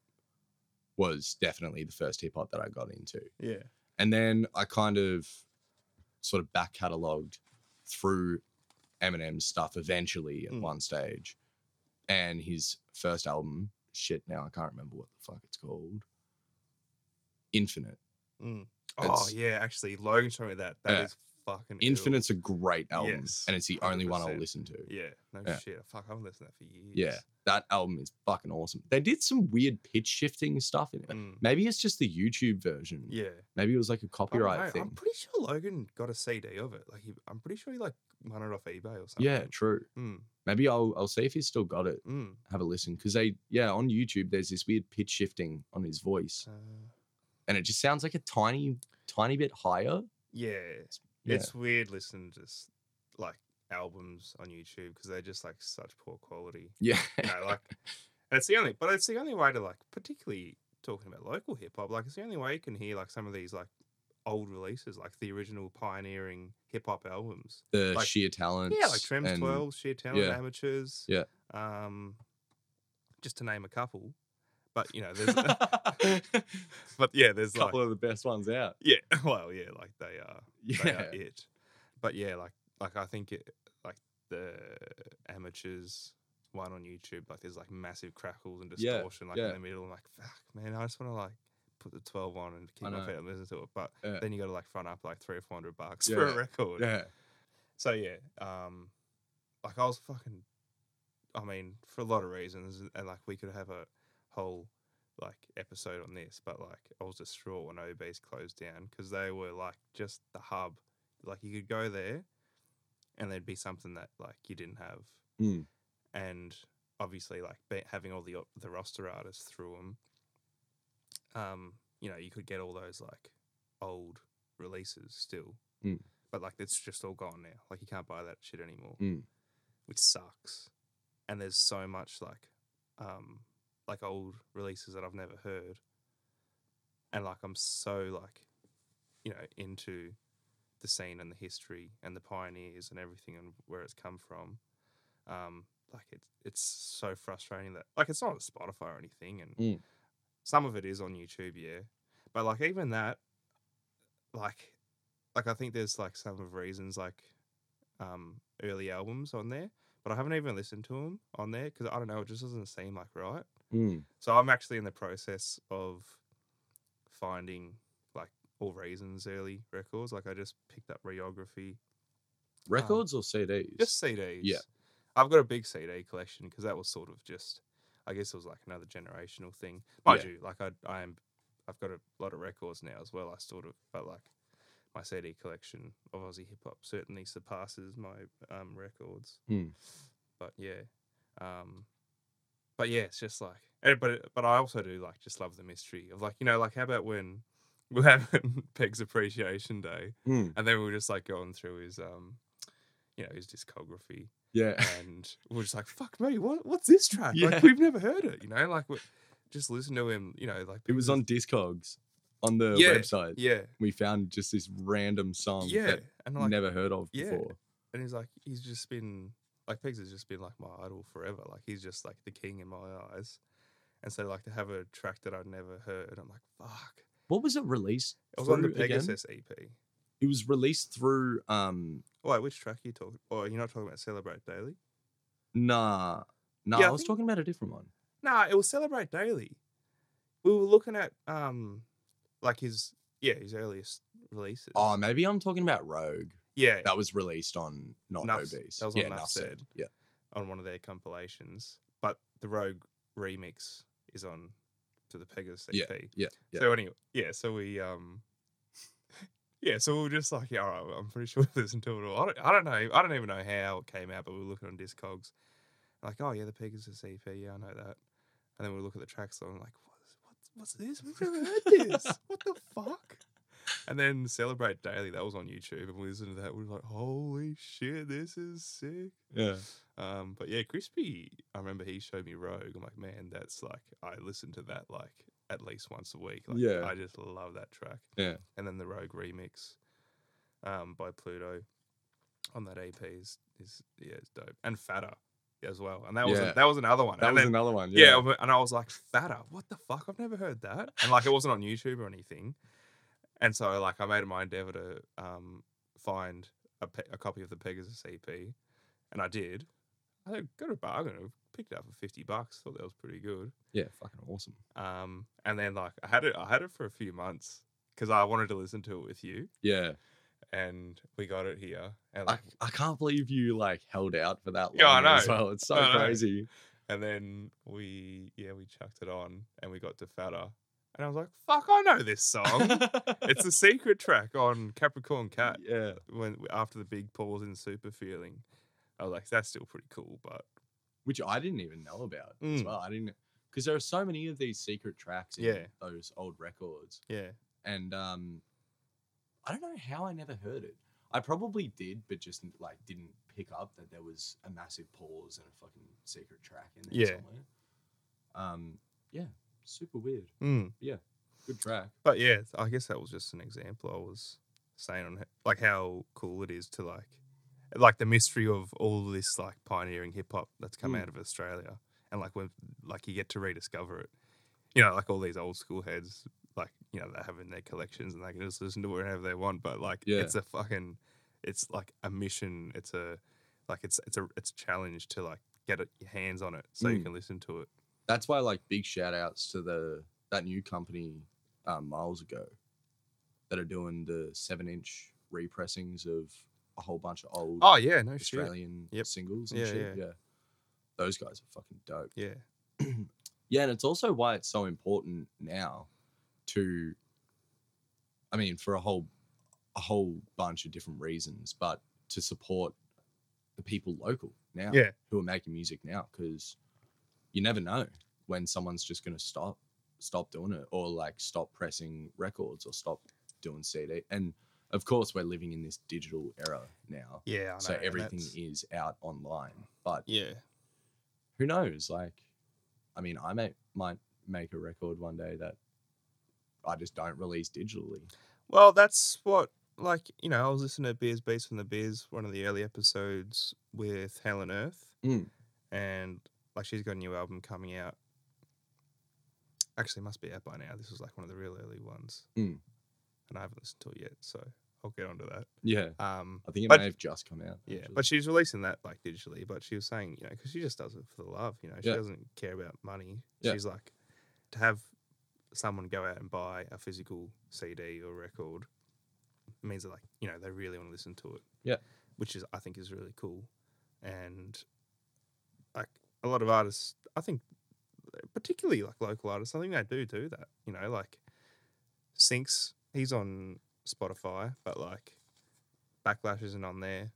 Speaker 2: was definitely the first hip hop that I got into.
Speaker 1: yeah,
Speaker 2: And then I kind of sort of back cataloged through Eminem's stuff eventually at
Speaker 1: Mm.
Speaker 2: one stage. And his first album, shit now I can't remember what the fuck it's called. Infinite.
Speaker 1: Mm. oh
Speaker 2: It's-
Speaker 1: yeah, actually, Logan showed me that. That is
Speaker 2: Yeah.
Speaker 1: fucking ill.
Speaker 2: Infinite's a great album
Speaker 1: Yes,
Speaker 2: and it's the only one I'll
Speaker 1: 100%.
Speaker 2: listen to.
Speaker 1: Yeah, no
Speaker 2: Yeah.
Speaker 1: shit. Fuck, I've listened to that for years.
Speaker 2: Yeah, that album is fucking awesome. They did some weird pitch shifting stuff in it.
Speaker 1: Mm.
Speaker 2: Maybe it's just the YouTube version.
Speaker 1: Yeah.
Speaker 2: Maybe it was like
Speaker 1: I
Speaker 2: a
Speaker 1: don't
Speaker 2: copyright
Speaker 1: know, I'm
Speaker 2: thing.
Speaker 1: pretty sure Logan got a CD of it. Like, he, I'm pretty sure he like won it off eBay or something.
Speaker 2: Yeah, true.
Speaker 1: Mm,
Speaker 2: Maybe I'll I'll see if he's still got it.
Speaker 1: mm.
Speaker 2: Have a listen because they yeah on YouTube there's this weird pitch shifting on his voice
Speaker 1: Uh,
Speaker 2: and it just sounds like a tiny tiny bit higher.
Speaker 1: yeah.
Speaker 2: Yeah.
Speaker 1: It's weird listening to s- like albums on YouTube because they're just like such poor quality.
Speaker 2: Yeah,
Speaker 1: You know, like, and it's the only, but it's the only way to like, particularly talking about local hip hop, like, it's the only way you can hear like some of these like old releases, like the original pioneering hip hop albums.
Speaker 2: the
Speaker 1: like-
Speaker 2: sheer talent.
Speaker 1: Yeah, like Trem's Twelve, Sheer Talent,
Speaker 2: yeah.
Speaker 1: Amateurs.
Speaker 2: Yeah.
Speaker 1: Um, just to name a couple, but you know, there's but yeah, there's like
Speaker 2: of the best ones out.
Speaker 1: yeah, well, yeah, like they are they
Speaker 2: Yeah,
Speaker 1: are it. But yeah, like like I think it like the amateurs one on YouTube, like there's like massive crackles and
Speaker 2: Yeah,
Speaker 1: distortion like
Speaker 2: yeah.
Speaker 1: in the middle. I'm like, fuck, man, I just want to like put the 12 on and keep
Speaker 2: I
Speaker 1: my
Speaker 2: know.
Speaker 1: feet and listen to it. But
Speaker 2: Yeah.
Speaker 1: then you got to like front up like three or four hundred bucks for a
Speaker 2: Yeah,
Speaker 1: record.
Speaker 2: yeah.
Speaker 1: So yeah, um, like I was fucking, I mean, for a lot of reasons, and- and like we could have a whole like episode on this, but like I was distraught when OB's closed down because they were like just the hub. Like you could go there, and there'd be something that like you didn't have,
Speaker 2: Mm.
Speaker 1: and obviously like be, having all the op- the roster artists through them, um, you know, you could get all those like old releases still but like it's just all gone now. Like you can't buy that shit anymore,
Speaker 2: Mm.
Speaker 1: which sucks. And there's so much like, um, like old releases that I've never heard, and like I'm so like, you know, into the scene and the history and the pioneers and everything and where it's come from. Um, like it's it's so frustrating that like it's not on Spotify or anything, and
Speaker 2: Mm.
Speaker 1: some of it is on YouTube, yeah. But like even that, like like I think there's like some of reasons like um early albums on there, but I haven't even listened to them on there because I don't know. It just doesn't seem like right.
Speaker 2: Mm.
Speaker 1: So I'm actually in the process of finding like all Raisins early records. Like I just picked up Rheography,
Speaker 2: Records or CDs?
Speaker 1: just CDs.
Speaker 2: Yeah.
Speaker 1: I've got a big CD collection because that was sort of just, I guess it was like another generational thing. Mind
Speaker 2: Oh, Yeah.
Speaker 1: you, like I, I am, I've got a lot of records now as well. I sort of, but like my CD collection of Aussie hip hop certainly surpasses my um, records.
Speaker 2: Hmm.
Speaker 1: But yeah, um, but yeah, it's just like, eh, but it- but I also do like just love the mystery of like you know like how about when we have Peg's Appreciation Day
Speaker 2: Mm.
Speaker 1: and then we were just like going through his um, you know his discography
Speaker 2: Yeah.
Speaker 1: and we are just like, "Fuck me, what, what's this track?
Speaker 2: Yeah.
Speaker 1: Like we've never heard it, you know? Like we just listen to him, you know, like
Speaker 2: It was on Discogs on the
Speaker 1: Yeah,
Speaker 2: website.
Speaker 1: yeah,
Speaker 2: We found just this random song
Speaker 1: yeah,
Speaker 2: that
Speaker 1: and like,
Speaker 2: never heard of
Speaker 1: yeah.
Speaker 2: before.
Speaker 1: and he's like, he's just been like Pegs has just been like my idol forever. Like he's just like the king in my eyes, and so like to have a track that I'd never heard, I'm like, fuck.
Speaker 2: What was it released?
Speaker 1: It was on the
Speaker 2: through again?
Speaker 1: Pegasus EP.
Speaker 2: It was released through um
Speaker 1: Wait, which track are you talking? Or you're not talking about Celebrate Daily?
Speaker 2: nah nah
Speaker 1: Yeah, I
Speaker 2: I was
Speaker 1: think-
Speaker 2: talking about a different one.
Speaker 1: Nah, it was Celebrate Daily. We were looking at um, like his yeah his earliest releases.
Speaker 2: Oh, maybe I'm talking about Rogue.
Speaker 1: yeah,
Speaker 2: That was released on Not
Speaker 1: Nuff-
Speaker 2: Obese.
Speaker 1: that was on
Speaker 2: yeah,
Speaker 1: Nuff Said.
Speaker 2: Yeah.
Speaker 1: on one of their compilations, but the Rogue remix is on to the Pegasus EP.
Speaker 2: Yeah. Yeah.
Speaker 1: So anyway, yeah, so we um yeah, so we were just like, yeah, all right, well, I'm pretty sure we listened to it all. I don't, I don't know, I don't even know how it came out, but we were looking on Discogs, like, oh yeah, the Pegasus EP, yeah, I know that, and then we look at the tracks, and I'm like, what's what's, what's this? We've never heard this. what the fuck? And then celebrate daily. That was on YouTube, and we listened to that. We were like, holy shit, this is sick.
Speaker 2: yeah.
Speaker 1: Um, but yeah, Crispy, I remember he showed me Rogue. I'm like, man, that's like I listen to that like at least once a week. Like,
Speaker 2: Yeah.
Speaker 1: I just love that track.
Speaker 2: Yeah.
Speaker 1: and then the Rogue remix, um, by Pluto, on that EP is is yeah, it's dope and Fatter as well. And that was
Speaker 2: Yeah.
Speaker 1: that was another one.
Speaker 2: That
Speaker 1: and
Speaker 2: was
Speaker 1: then-
Speaker 2: another one.
Speaker 1: yeah. but- and I was like, fatter. What the fuck? I've never heard that. And like, it wasn't on YouTube or anything. And so, like, I made it my endeavor to um, find a, pe- a copy of the Pegasus EP, and I did. I got a bargain. I picked it up for fifty bucks. Thought that was pretty good.
Speaker 2: Yeah, fucking awesome.
Speaker 1: Um, and then like, I had it. I had it for a few months because I wanted to listen to it with you,
Speaker 2: Yeah.
Speaker 1: and we got it here. And
Speaker 2: I,
Speaker 1: like,
Speaker 2: I can't believe you like held out for that long
Speaker 1: Yeah, I
Speaker 2: as
Speaker 1: know.
Speaker 2: well. It's so
Speaker 1: I know.
Speaker 2: crazy.
Speaker 1: And then we, yeah, we chucked it on and we got to Fatter. And I was like, fuck, I know this song. it's a secret track on Capricorn Cat
Speaker 2: yeah.
Speaker 1: when after the big pause in Super Feeling. I was like, that's still pretty cool, but
Speaker 2: Which I didn't even know about as
Speaker 1: Mm.
Speaker 2: well. I didn't because there are so many of these secret tracks in
Speaker 1: Yeah.
Speaker 2: those old records.
Speaker 1: yeah,
Speaker 2: and um i don't know how i never heard it i probably did but just like didn't pick up that there was a massive pause and a fucking secret track in there
Speaker 1: Yeah.
Speaker 2: somewhere um yeah super weird
Speaker 1: mm.
Speaker 2: good track
Speaker 1: but yeah, I guess that was just an example I was saying on h- like how cool it is to like, like the mystery of all this like pioneering hip hop that's come
Speaker 2: Mm.
Speaker 1: out of Australia, and like when like you get to rediscover it, you know, like all these old school heads, like you know, they have in their collections and they can just listen to it whenever they want. But like,
Speaker 2: Yeah.
Speaker 1: it's a fucking, it's like a mission. It's a, like it's it's a it's a challenge to like get it, your hands on it so you
Speaker 2: Mm.
Speaker 1: can listen to it.
Speaker 2: that's why like big shout outs to the that new company um, miles ago that are doing the seven inch repressings of a whole bunch of old
Speaker 1: Oh yeah, no shit.
Speaker 2: australian
Speaker 1: Yep.
Speaker 2: singles and
Speaker 1: Yeah,
Speaker 2: shit
Speaker 1: yeah.
Speaker 2: yeah those guys are fucking dope
Speaker 1: Yeah,
Speaker 2: yeah, and it's also why it's so important now to I mean, for a whole a whole bunch of different reasons, but to support the people local now
Speaker 1: Yeah.
Speaker 2: who are making music now cuz you never know when someone's just going to stop stop doing it or like stop pressing records or stop doing CD. And of course, we're living in this digital era now.
Speaker 1: yeah. I know.
Speaker 2: so
Speaker 1: and
Speaker 2: everything
Speaker 1: that's-
Speaker 2: is out online, but
Speaker 1: Yeah,
Speaker 2: who knows? Like, I mean, I may, might make a record one day that I just don't release digitally.
Speaker 1: Well, that's what like you know. I was listening to Beers Beats from the Beers, one of the early episodes with Helen Earth,
Speaker 2: Mm.
Speaker 1: and like she's got a new album coming out. Actually, it must be out by now. This was like one of the real early ones,
Speaker 2: Mm.
Speaker 1: and I haven't listened to it yet, so I'll get onto that.
Speaker 2: Yeah.
Speaker 1: Um,
Speaker 2: I think it
Speaker 1: But-
Speaker 2: may have just come out.
Speaker 1: yeah,
Speaker 2: actually.
Speaker 1: but she's releasing that like digitally. But she was saying, you know, because she just does it for the love. You know, she
Speaker 2: Yeah.
Speaker 1: doesn't care about money.
Speaker 2: Yeah.
Speaker 1: She's like, to have someone go out and buy a physical CD or record means that like you know they really want to listen to it.
Speaker 2: Yeah.
Speaker 1: which is I think is really cool, and like a lot of artists, I think, particularly like local artists, I think they do do that. You know, like Sinks, he's on Spotify, but like Backlash isn't on there.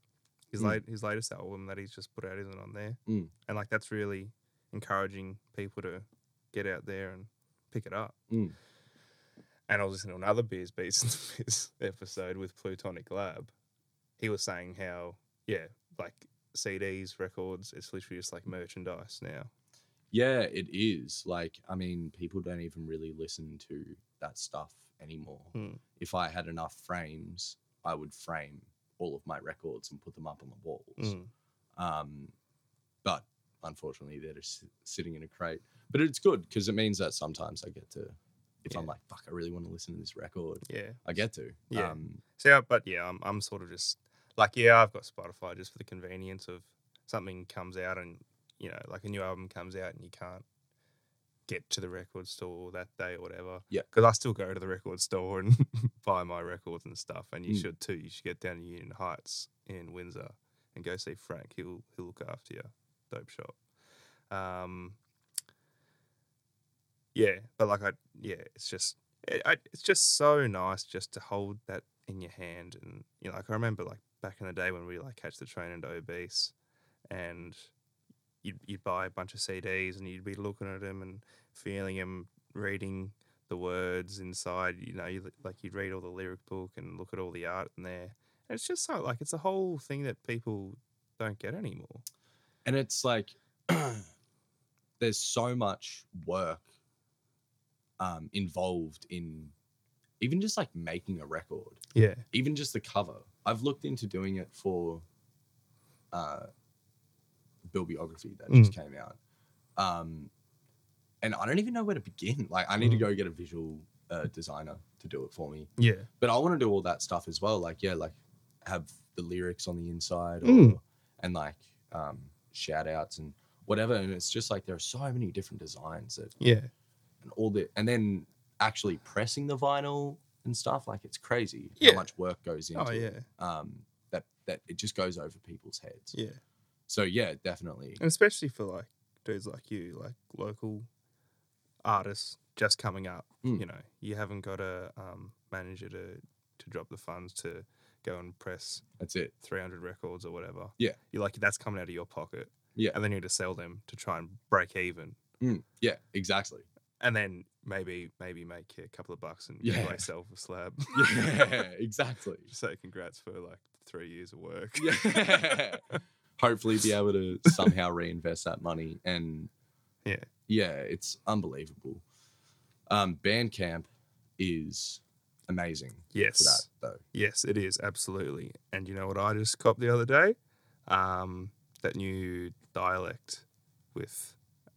Speaker 1: His
Speaker 2: Mm.
Speaker 1: late his latest album that he's just put out isn't on there,
Speaker 2: Mm.
Speaker 1: and like that's really encouraging people to get out there and pick it up.
Speaker 2: Mm.
Speaker 1: And I was listening to another Beers Beats and Beers episode with Plutonic Lab. He was saying how yeah, like CDs, records, it's literally just like merchandise now.
Speaker 2: Yeah, it is. Like, I mean, people don't even really listen to that stuff anymore.
Speaker 1: Hmm.
Speaker 2: If I had enough frames, I would frame all of my records and put them up on the walls.
Speaker 1: Mm, Hmm.
Speaker 2: Um, but unfortunately, they're just sit- sitting in a crate. But it's good because it means that sometimes I get to, if I'm
Speaker 1: Yeah.
Speaker 2: like, fuck, I really want to listen to this record,
Speaker 1: Yeah.
Speaker 2: I get to.
Speaker 1: Yeah.
Speaker 2: Um,
Speaker 1: So, yeah, but yeah, I'm, I'm sort of just like, yeah, I've got Spotify just for the convenience of something comes out and, you know, like a new album comes out and you can't get to the record store that day or whatever.
Speaker 2: Yeah.
Speaker 1: Because I still go to the record store and buy my records and stuff. And you
Speaker 2: Mm.
Speaker 1: should too. You should get down to Union Heights in Windsor and go see Frank. He'll, he'll look after you. Dope shop. Um, yeah, but like I, yeah, it's just it, I, it's just so nice just to hold that in your hand, and you know, like I remember like back in the day when we like catch the train into obese, and you'd you'd buy a bunch of CDs and you'd be looking at them and feeling them, reading the words inside. You know, you like you'd read all the lyric book and look at all the art in there. And it's just so like it's a whole thing that people don't get anymore.
Speaker 2: and it's like, there's so much work um, involved in even just like making a record.
Speaker 1: Yeah.
Speaker 2: even just the cover. I've looked into doing it for uh bibliography that
Speaker 1: Mm.
Speaker 2: just came out. Um and I don't even know where to begin. Like I need to
Speaker 1: Mm.
Speaker 2: go get a visual uh, designer to do it for me.
Speaker 1: Yeah.
Speaker 2: But I want to do all that stuff as well. Like yeah, like have the lyrics on the inside or
Speaker 1: Mm.
Speaker 2: and like um shout outs and whatever and it's just like there are so many different designs that
Speaker 1: Yeah.
Speaker 2: and all the and then actually pressing the vinyl and stuff like it's crazy
Speaker 1: Yeah.
Speaker 2: how much work goes into
Speaker 1: Oh
Speaker 2: it
Speaker 1: yeah.
Speaker 2: um, that that it just goes over people's heads.
Speaker 1: Yeah.
Speaker 2: So yeah, definitely.
Speaker 1: and especially for like dudes like you, like local artists just coming up.
Speaker 2: Mm.
Speaker 1: You know, you haven't got a um, manager to to drop the funds to go and press
Speaker 2: That's it.
Speaker 1: 300 records or whatever.
Speaker 2: Yeah.
Speaker 1: you're like that's coming out of your pocket.
Speaker 2: Yeah.
Speaker 1: and then you need to sell them to try and break even,
Speaker 2: Mm, yeah, exactly.
Speaker 1: and then maybe maybe make a couple of bucks and
Speaker 2: Yeah.
Speaker 1: buy yourself a slab.
Speaker 2: Yeah, exactly.
Speaker 1: so congrats for like three years of work.
Speaker 2: Yeah. Hopefully, be able to somehow reinvest that money and
Speaker 1: Yeah.
Speaker 2: yeah, it's unbelievable. Um, Bandcamp is amazing
Speaker 1: yes.
Speaker 2: for that though.
Speaker 1: Yes, it is absolutely. And you know what I just copped the other day? Um, that new dialect with.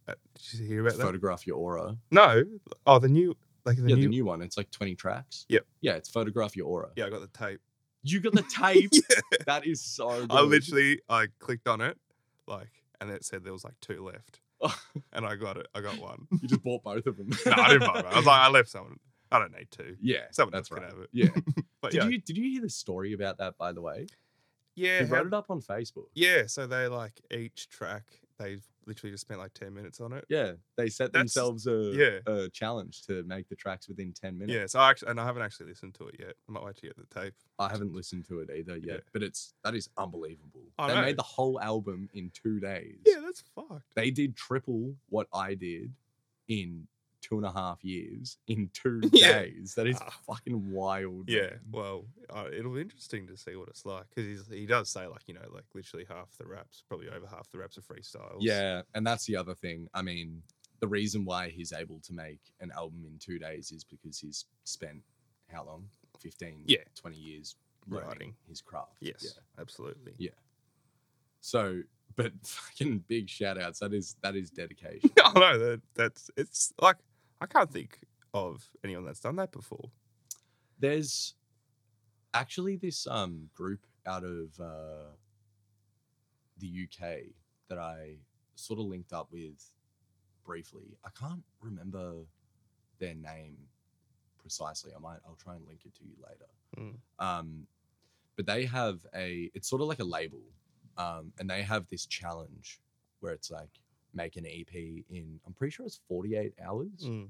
Speaker 1: Uh, did you hear about that?
Speaker 2: Photograph your aura.
Speaker 1: No. Oh, the new like the,
Speaker 2: yeah,
Speaker 1: new,
Speaker 2: the new one. It's like twenty tracks.
Speaker 1: Yep.
Speaker 2: Yeah, it's photograph your aura.
Speaker 1: Yeah, I got the tape.
Speaker 2: You got the tape.
Speaker 1: Yeah.
Speaker 2: That is so. Good.
Speaker 1: I literally I clicked on it, like, and it said there was like two left, and I got it. I got one.
Speaker 2: Oh, You just bought both of them.
Speaker 1: No, I didn't buy it. I was like, I left someone. I don't need two.
Speaker 2: yeah,
Speaker 1: Someone
Speaker 2: that's
Speaker 1: else
Speaker 2: right.
Speaker 1: can have it.
Speaker 2: Yeah.
Speaker 1: But
Speaker 2: did
Speaker 1: yeah,
Speaker 2: you did you hear the story about that? By the way,
Speaker 1: yeah,
Speaker 2: you
Speaker 1: how-
Speaker 2: wrote it up on Facebook.
Speaker 1: yeah. So they like each track. They literally just spent like ten minutes on it.
Speaker 2: Yeah, they set
Speaker 1: That's-
Speaker 2: themselves a
Speaker 1: yeah.
Speaker 2: a challenge to make the tracks within ten minutes.
Speaker 1: Yeah, so I actually, and I haven't actually listened to it yet. I might wait to get the tape.
Speaker 2: I haven't listened to it either yet,
Speaker 1: Yeah.
Speaker 2: but it's that is unbelievable.
Speaker 1: I
Speaker 2: they
Speaker 1: know.
Speaker 2: made the whole album in two days.
Speaker 1: Yeah, that's fucked.
Speaker 2: they did triple what I did in two and a half years in two
Speaker 1: Yeah.
Speaker 2: days. That is
Speaker 1: Ah.
Speaker 2: fucking wild.
Speaker 1: Yeah,
Speaker 2: man.
Speaker 1: well, uh, it'll be interesting to see what it's like because he does say like you know like literally half the raps, probably over half the raps are freestyles.
Speaker 2: Yeah, and that's the other thing. I mean, the reason why he's able to make an album in two days is because he's spent how long? 15,
Speaker 1: Yeah.
Speaker 2: 20 years learning
Speaker 1: Writing.
Speaker 2: his craft.
Speaker 1: Yes,
Speaker 2: Yeah.
Speaker 1: absolutely.
Speaker 2: Yeah. So, but fucking big shout outs. That is that is dedication.
Speaker 1: I know that that's it's like I can't think of anyone that's done that before.
Speaker 2: There's actually this um group out of uh the UK that I sort of linked up with briefly. I can't remember their name precisely. I might I'll try and link it to you later. Um but they have a it's sort of like a label. Um and they have this challenge where it's like make an EP in I'm pretty sure it's 48 hours.
Speaker 1: Mm.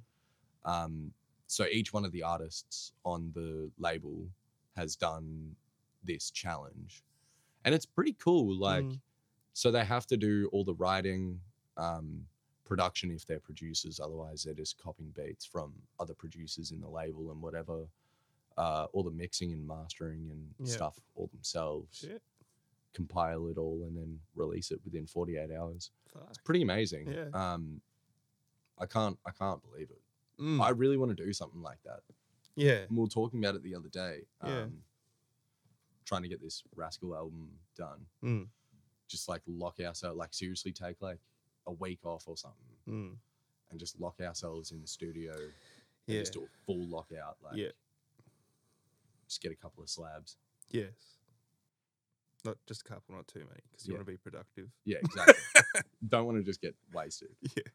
Speaker 2: Um, so each one of the artists on the label has done this challenge, and it's pretty cool. Like,
Speaker 1: Mm.
Speaker 2: so they have to do all the writing, um, production if they're producers. Otherwise, they're just copying beats from other producers in the label and whatever. Uh, all the mixing and mastering and
Speaker 1: Yeah.
Speaker 2: stuff all themselves.
Speaker 1: Shit.
Speaker 2: Compile it all and then release it within 48 hours.
Speaker 1: Fuck.
Speaker 2: It's pretty amazing.
Speaker 1: Yeah.
Speaker 2: Um, I can't. I can't believe it.
Speaker 1: Mm.
Speaker 2: I really want to do something like that.
Speaker 1: yeah.
Speaker 2: And we were talking about it the other day. Um,
Speaker 1: Yeah.
Speaker 2: Trying to get this Rascal album done.
Speaker 1: Mm.
Speaker 2: Just like lock ourselves, like seriously take like a week off or something
Speaker 1: Mm.
Speaker 2: and just lock ourselves in the studio and
Speaker 1: Yeah.
Speaker 2: just do a full lockout. Like,
Speaker 1: Yeah.
Speaker 2: just get a couple of slabs.
Speaker 1: Yes. Not just a couple, not too many, because you
Speaker 2: Yeah.
Speaker 1: want to be productive.
Speaker 2: Yeah, exactly. Don't want to just get wasted.
Speaker 1: Yeah.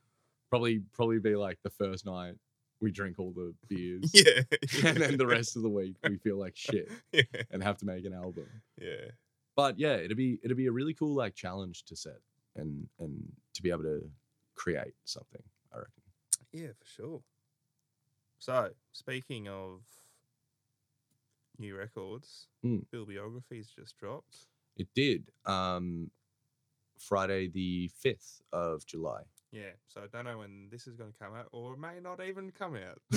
Speaker 2: Probably, probably be like the first night we drink all the beers.
Speaker 1: Yeah.
Speaker 2: and then the rest of the week we feel like shit
Speaker 1: yeah.
Speaker 2: and have to make an album.
Speaker 1: Yeah.
Speaker 2: but yeah, it'd be it'd be a really cool like challenge to set and and to be able to create something. I reckon.
Speaker 1: Yeah, for sure. So, speaking of new records,
Speaker 2: Mm.
Speaker 1: Bill Biography's just dropped.
Speaker 2: It did. Um, Friday the fifth of July.
Speaker 1: Yeah, so I don't know when this is going to come out, or it may not even come out.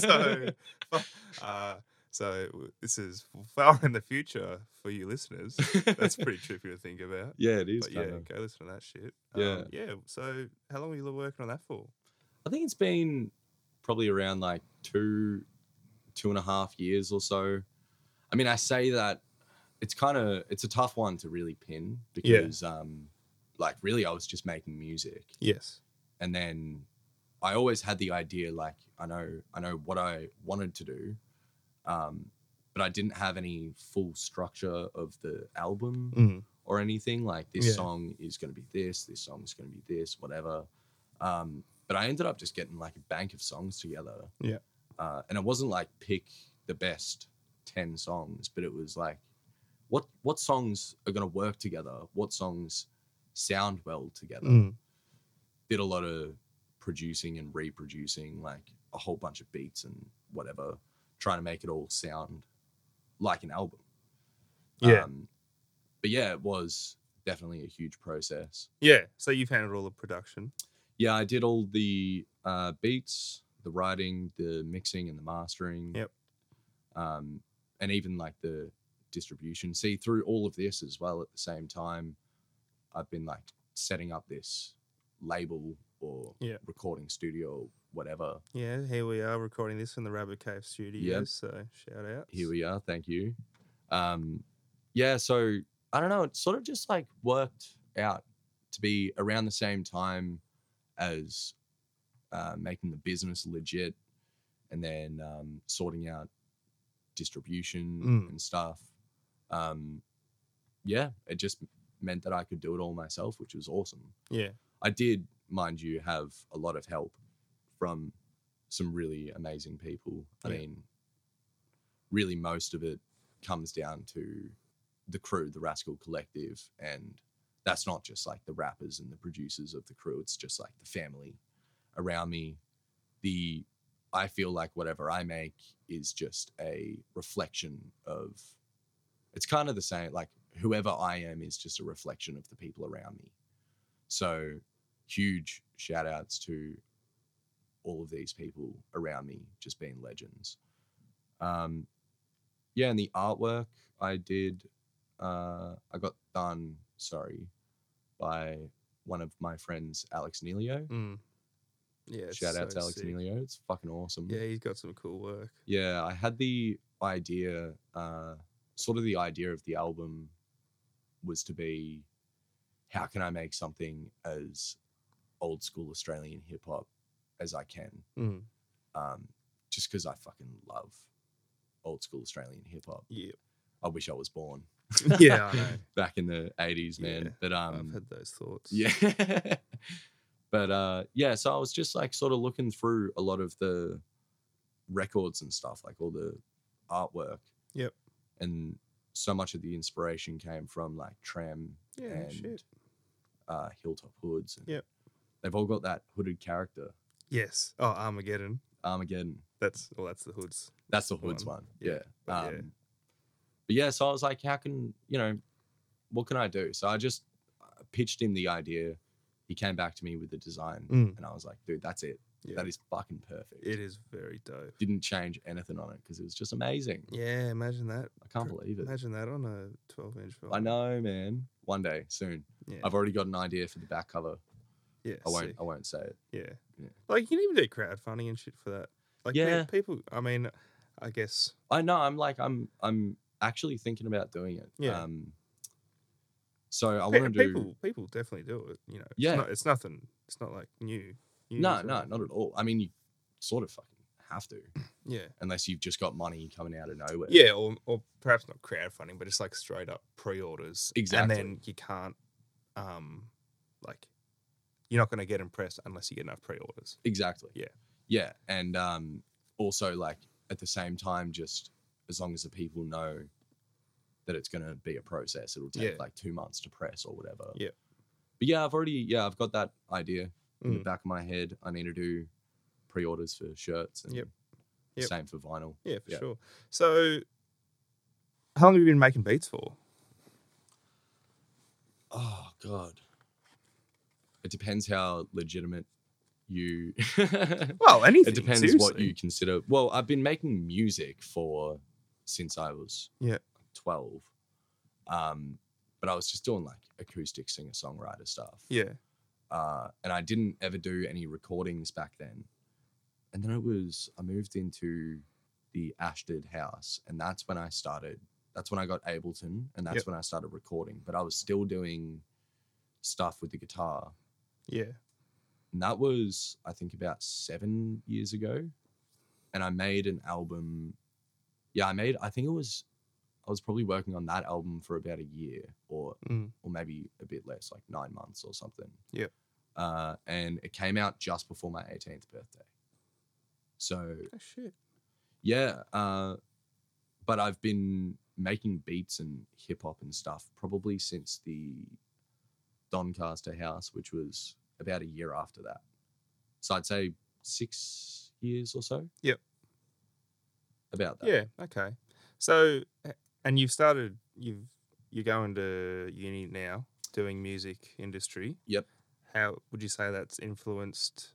Speaker 1: so, fu- uh, so w- this is far in the future for you listeners. That's pretty trippy to think about.
Speaker 2: yeah, it is.
Speaker 1: But yeah,
Speaker 2: kind of.
Speaker 1: go listen to that shit. Um,
Speaker 2: Yeah.
Speaker 1: yeah. So, how long were you working on that for?
Speaker 2: I think it's been probably around like two two and a half years or so. I mean, I say that it's kind of it's a tough one to really pin
Speaker 1: Yeah.
Speaker 2: because um, like really I was just making music.
Speaker 1: Yes.
Speaker 2: and then I always had the idea like I know I know what I wanted to do, um, but I didn't have any full structure of the album
Speaker 1: Mm.
Speaker 2: or anything. Like this
Speaker 1: Yeah.
Speaker 2: song is going to be this, this song is going to be this, whatever. Um, but I ended up just getting like a bank of songs together.
Speaker 1: Yeah.
Speaker 2: uh, and it wasn't like pick the best ten songs, but it was like what what songs are going to work together, what songs sound well together
Speaker 1: Mm.
Speaker 2: did a lot of producing and reproducing like a whole bunch of beats and whatever trying to make it all sound like an album
Speaker 1: Yeah.
Speaker 2: um, but yeah it was definitely a huge process
Speaker 1: yeah. So you've handled all the production.
Speaker 2: yeah i did all the uh, beats the writing the mixing and the mastering
Speaker 1: Yep.
Speaker 2: um, and even like the distribution see through all of this as well at the same time i've been like setting up this label or
Speaker 1: Yeah.
Speaker 2: recording studio or whatever
Speaker 1: Yeah. Here we are recording this in the Rabbit Cave studio. So shout out.
Speaker 2: here we are thank you um yeah so i don't know it sort of just like worked out to be around the same time as uh, making the business legit and then um, sorting out distribution
Speaker 1: Mm.
Speaker 2: and stuff um yeah it just meant that i could do it all myself which was awesome
Speaker 1: Yeah.
Speaker 2: I did, mind you, have a lot of help from some really amazing people. I
Speaker 1: Yeah.
Speaker 2: mean, really, most of it comes down to the crew, the Rascal Collective, and that's not just like the rappers and the producers of the crew. It's just like the family around me. The I feel like whatever I make is just a reflection of. It's kind of the same. Like whoever I am is just a reflection of the people around me. So huge shout outs to all of these people around me just being legends. Um, yeah, and the artwork I did, uh, I got done, sorry, by one of my friends, Alex Nelio.
Speaker 1: Mm. Yeah. it's
Speaker 2: shout out
Speaker 1: so
Speaker 2: to Alex
Speaker 1: sick.
Speaker 2: Nelio. It's fucking awesome.
Speaker 1: Yeah, he's got some cool work.
Speaker 2: Yeah, I had the idea, uh, sort of the idea of the album was to be how can I make something as old school Australian hip hop as I can?
Speaker 1: Mm.
Speaker 2: Um, just because I fucking love old school Australian hip hop.
Speaker 1: Yeah.
Speaker 2: I wish I was born
Speaker 1: yeah, I know.
Speaker 2: back in the 80s, man.
Speaker 1: Yeah,
Speaker 2: but um,
Speaker 1: I've had those thoughts.
Speaker 2: Yeah. but uh yeah, so I was just like sort of looking through a lot of the records and stuff, like all the artwork.
Speaker 1: Yep.
Speaker 2: And so much of the inspiration came from like Tram
Speaker 1: Yeah,
Speaker 2: and
Speaker 1: shit.
Speaker 2: uh Hilltop Hoods. And
Speaker 1: Yep.
Speaker 2: They've all got that hooded character,
Speaker 1: Yes. Oh, Armageddon.
Speaker 2: Armageddon.
Speaker 1: That's well, that's the hoods.
Speaker 2: That's the Hoods
Speaker 1: One.
Speaker 2: one.
Speaker 1: Yeah,
Speaker 2: Yeah.
Speaker 1: but
Speaker 2: um,
Speaker 1: yeah.
Speaker 2: But yeah, so I was like, how can, you know, what can I do? So I just uh, pitched him the idea. He came back to me with the design,
Speaker 1: Mm.
Speaker 2: and I was like, dude, that's it.
Speaker 1: Yeah.
Speaker 2: That is fucking perfect.
Speaker 1: it is very dope.
Speaker 2: Didn't change anything on it because it was just amazing.
Speaker 1: Yeah, imagine that.
Speaker 2: I can't
Speaker 1: Cr-
Speaker 2: believe it.
Speaker 1: Imagine that on a 12 inch film.
Speaker 2: I know, man. One day soon.
Speaker 1: Yeah.
Speaker 2: I've already got an idea for the back cover.
Speaker 1: yeah,
Speaker 2: I won't.
Speaker 1: sick.
Speaker 2: I won't say it.
Speaker 1: Yeah.
Speaker 2: Yeah.
Speaker 1: Like you can even do crowdfunding and shit for that. Like pe-
Speaker 2: Yeah.
Speaker 1: people I mean, I guess
Speaker 2: I know. I'm like. I'm. I'm actually thinking about doing it.
Speaker 1: Yeah.
Speaker 2: Um, so I
Speaker 1: pe-
Speaker 2: want to
Speaker 1: people
Speaker 2: do.
Speaker 1: people definitely do it, you know. It's
Speaker 2: Yeah.
Speaker 1: not- it's nothing it's not like new. new
Speaker 2: No,
Speaker 1: as
Speaker 2: no,
Speaker 1: well.
Speaker 2: not at all. I mean, you sort of fucking have to,
Speaker 1: Yeah.
Speaker 2: unless you've just got money coming out of nowhere.
Speaker 1: Yeah, or, or perhaps not crowdfunding, but it's like straight up pre-orders.
Speaker 2: Exactly.
Speaker 1: And then you can't, um, like, you're not going to get impressed unless you get enough pre-orders.
Speaker 2: Exactly.
Speaker 1: Yeah.
Speaker 2: Yeah. And um, also, like, at the same time, just as long as the people know that it's going to be a process, it'll take
Speaker 1: Yeah.
Speaker 2: like two months to press or whatever.
Speaker 1: Yeah.
Speaker 2: But yeah, I've already, yeah, I've got that idea in the
Speaker 1: Mm.
Speaker 2: back of my head. I need to do pre orders for shirts and
Speaker 1: Yep.
Speaker 2: the
Speaker 1: Yep.
Speaker 2: same for vinyl.
Speaker 1: Yeah, for
Speaker 2: Yeah.
Speaker 1: sure. So, how long have you been making beats for?
Speaker 2: Oh, God. It depends how legitimate you.
Speaker 1: Well, anything.
Speaker 2: it depends what
Speaker 1: seriously.
Speaker 2: you consider. Well, I've been making music for since I was
Speaker 1: Yeah.
Speaker 2: twelve, um, but I was just doing like acoustic singer songwriter stuff,
Speaker 1: Yeah,
Speaker 2: uh, and I didn't ever do any recordings back then. And then it was I moved into the Ashford house, and that's when I started. That's when I got Ableton, and that's
Speaker 1: Yep.
Speaker 2: when I started recording. But I was still doing stuff with the guitar,
Speaker 1: yeah,
Speaker 2: and that was I think about seven years ago. And I made an album. Yeah, I made. I think it was. I was probably working on that album for about a year, or
Speaker 1: Mm.
Speaker 2: or maybe a bit less, like nine months or something.
Speaker 1: Yep.
Speaker 2: Uh, and it came out just before my 18th birthday. So
Speaker 1: Oh, shit.
Speaker 2: yeah, uh, but I've been making beats and hip hop and stuff probably since the Doncaster House, which was about a year after that. So I'd say six years or so.
Speaker 1: Yep.
Speaker 2: About that.
Speaker 1: Yeah. Okay. So, a- and you've started. You've you're going to uni now, doing music industry.
Speaker 2: Yep.
Speaker 1: How would you say that's influenced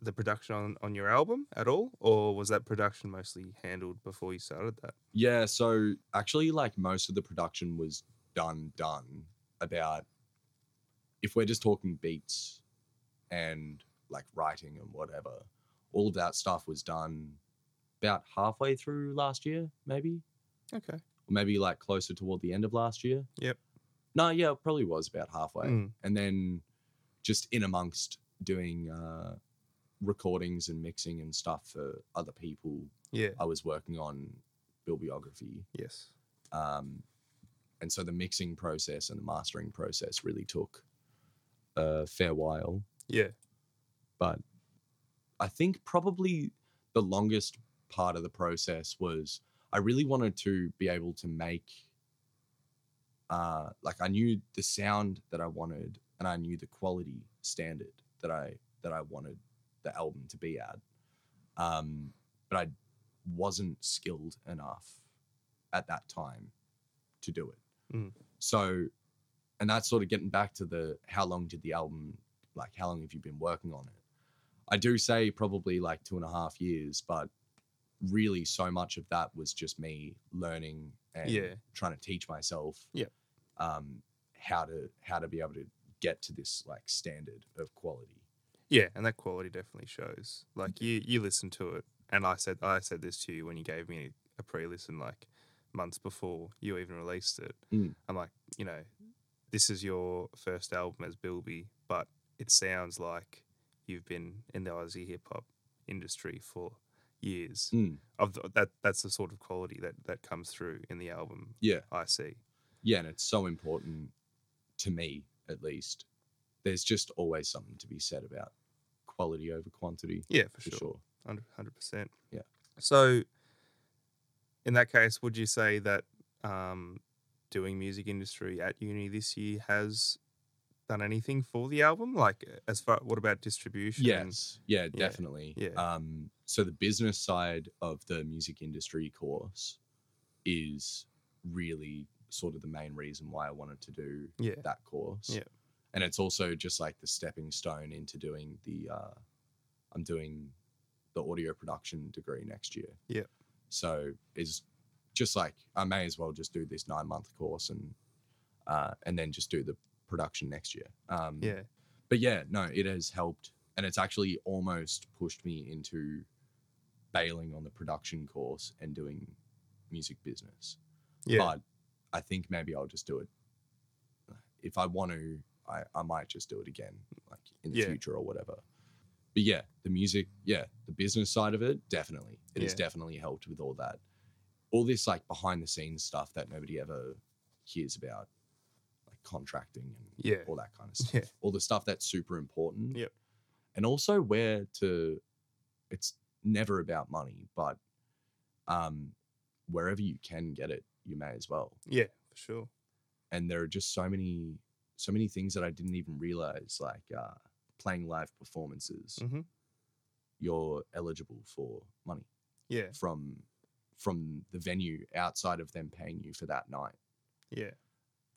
Speaker 1: the production on, on your album at all, or was that production mostly handled before you started that?
Speaker 2: Yeah, so actually, like most of the production was done, done about if we're just talking beats and like writing and whatever, all of that stuff was done about halfway through last year, maybe,
Speaker 1: Okay.
Speaker 2: or maybe like closer toward the end of last year.
Speaker 1: Yep.
Speaker 2: No, yeah, it probably was about halfway.
Speaker 1: Mm.
Speaker 2: And then just in amongst doing uh, recordings and mixing and stuff for other people,
Speaker 1: Yeah.
Speaker 2: I was working on bibliography
Speaker 1: Yes.
Speaker 2: um, and so the mixing process and the mastering process really took a fair while
Speaker 1: Yeah.
Speaker 2: but i think probably the longest part of the process was i really wanted to be able to make uh, like i knew the sound that i wanted and i knew the quality standard that i that i wanted the album to be at um, but i wasn't skilled enough at that time to do it.
Speaker 1: Mm.
Speaker 2: So, and that's sort of getting back to the how long did the album, like, how long have you been working on it? I do say probably like two and a half years, but really so much of that was just me learning and
Speaker 1: Yeah.
Speaker 2: trying to teach myself
Speaker 1: Yep.
Speaker 2: um, how to how to be able to get to this like standard of quality.
Speaker 1: Yeah, and that quality definitely shows. Like you, you listen to it, and I said, I said this to you when you gave me a pre-listen, like months before you even released it.
Speaker 2: Mm.
Speaker 1: I'm like, you know, this is your first album as Bilby, but it sounds like you've been in the Aussie hip hop industry for years.
Speaker 2: Mm.
Speaker 1: Of th- that, that's the sort of quality that that comes through in the album.
Speaker 2: Yeah.
Speaker 1: I see.
Speaker 2: Yeah, and it's so important to me, at least. There's just always something to be said about quality over quantity,
Speaker 1: Yeah,
Speaker 2: for sure.
Speaker 1: hundred percent.
Speaker 2: Yeah.
Speaker 1: So, in that case, would you say that um, doing music industry at uni this year has done anything for the album? Like, as far what about distribution? and-
Speaker 2: Yes, yeah, definitely.
Speaker 1: yeah.
Speaker 2: Um, so the business side of the music industry course is really sort of the main reason why I wanted to do
Speaker 1: Yeah.
Speaker 2: that course.
Speaker 1: Yeah.
Speaker 2: And it's also just like the stepping stone into doing the uh I'm doing the audio production degree next year.
Speaker 1: Yeah.
Speaker 2: So is just like I may as well just do this nine month course and uh and then just do the production next year. Um
Speaker 1: Yeah.
Speaker 2: but yeah, no, it has helped, and it's actually almost pushed me into bailing on the production course and doing music business.
Speaker 1: Yeah.
Speaker 2: But I think maybe I'll just do it uh, if I want to. I, I might just do it again, like in the
Speaker 1: Yeah.
Speaker 2: future or whatever. But yeah, the music, yeah, the business side of it, definitely, it has
Speaker 1: Yeah.
Speaker 2: definitely helped with all that, all this like behind the scenes stuff that nobody ever hears about, like contracting and
Speaker 1: yeah.
Speaker 2: all that kind of stuff.
Speaker 1: Yeah.
Speaker 2: All the stuff that's super important.
Speaker 1: Yep.
Speaker 2: And also where to it's never about money, but um wherever you can get it, you may as well.
Speaker 1: Yeah. For sure.
Speaker 2: And there are just so many so many things that I didn't even realize, like uh playing live performances.
Speaker 1: Mhm.
Speaker 2: You're eligible for money
Speaker 1: Yeah.
Speaker 2: from from the venue outside of them paying you for that night.
Speaker 1: Yeah.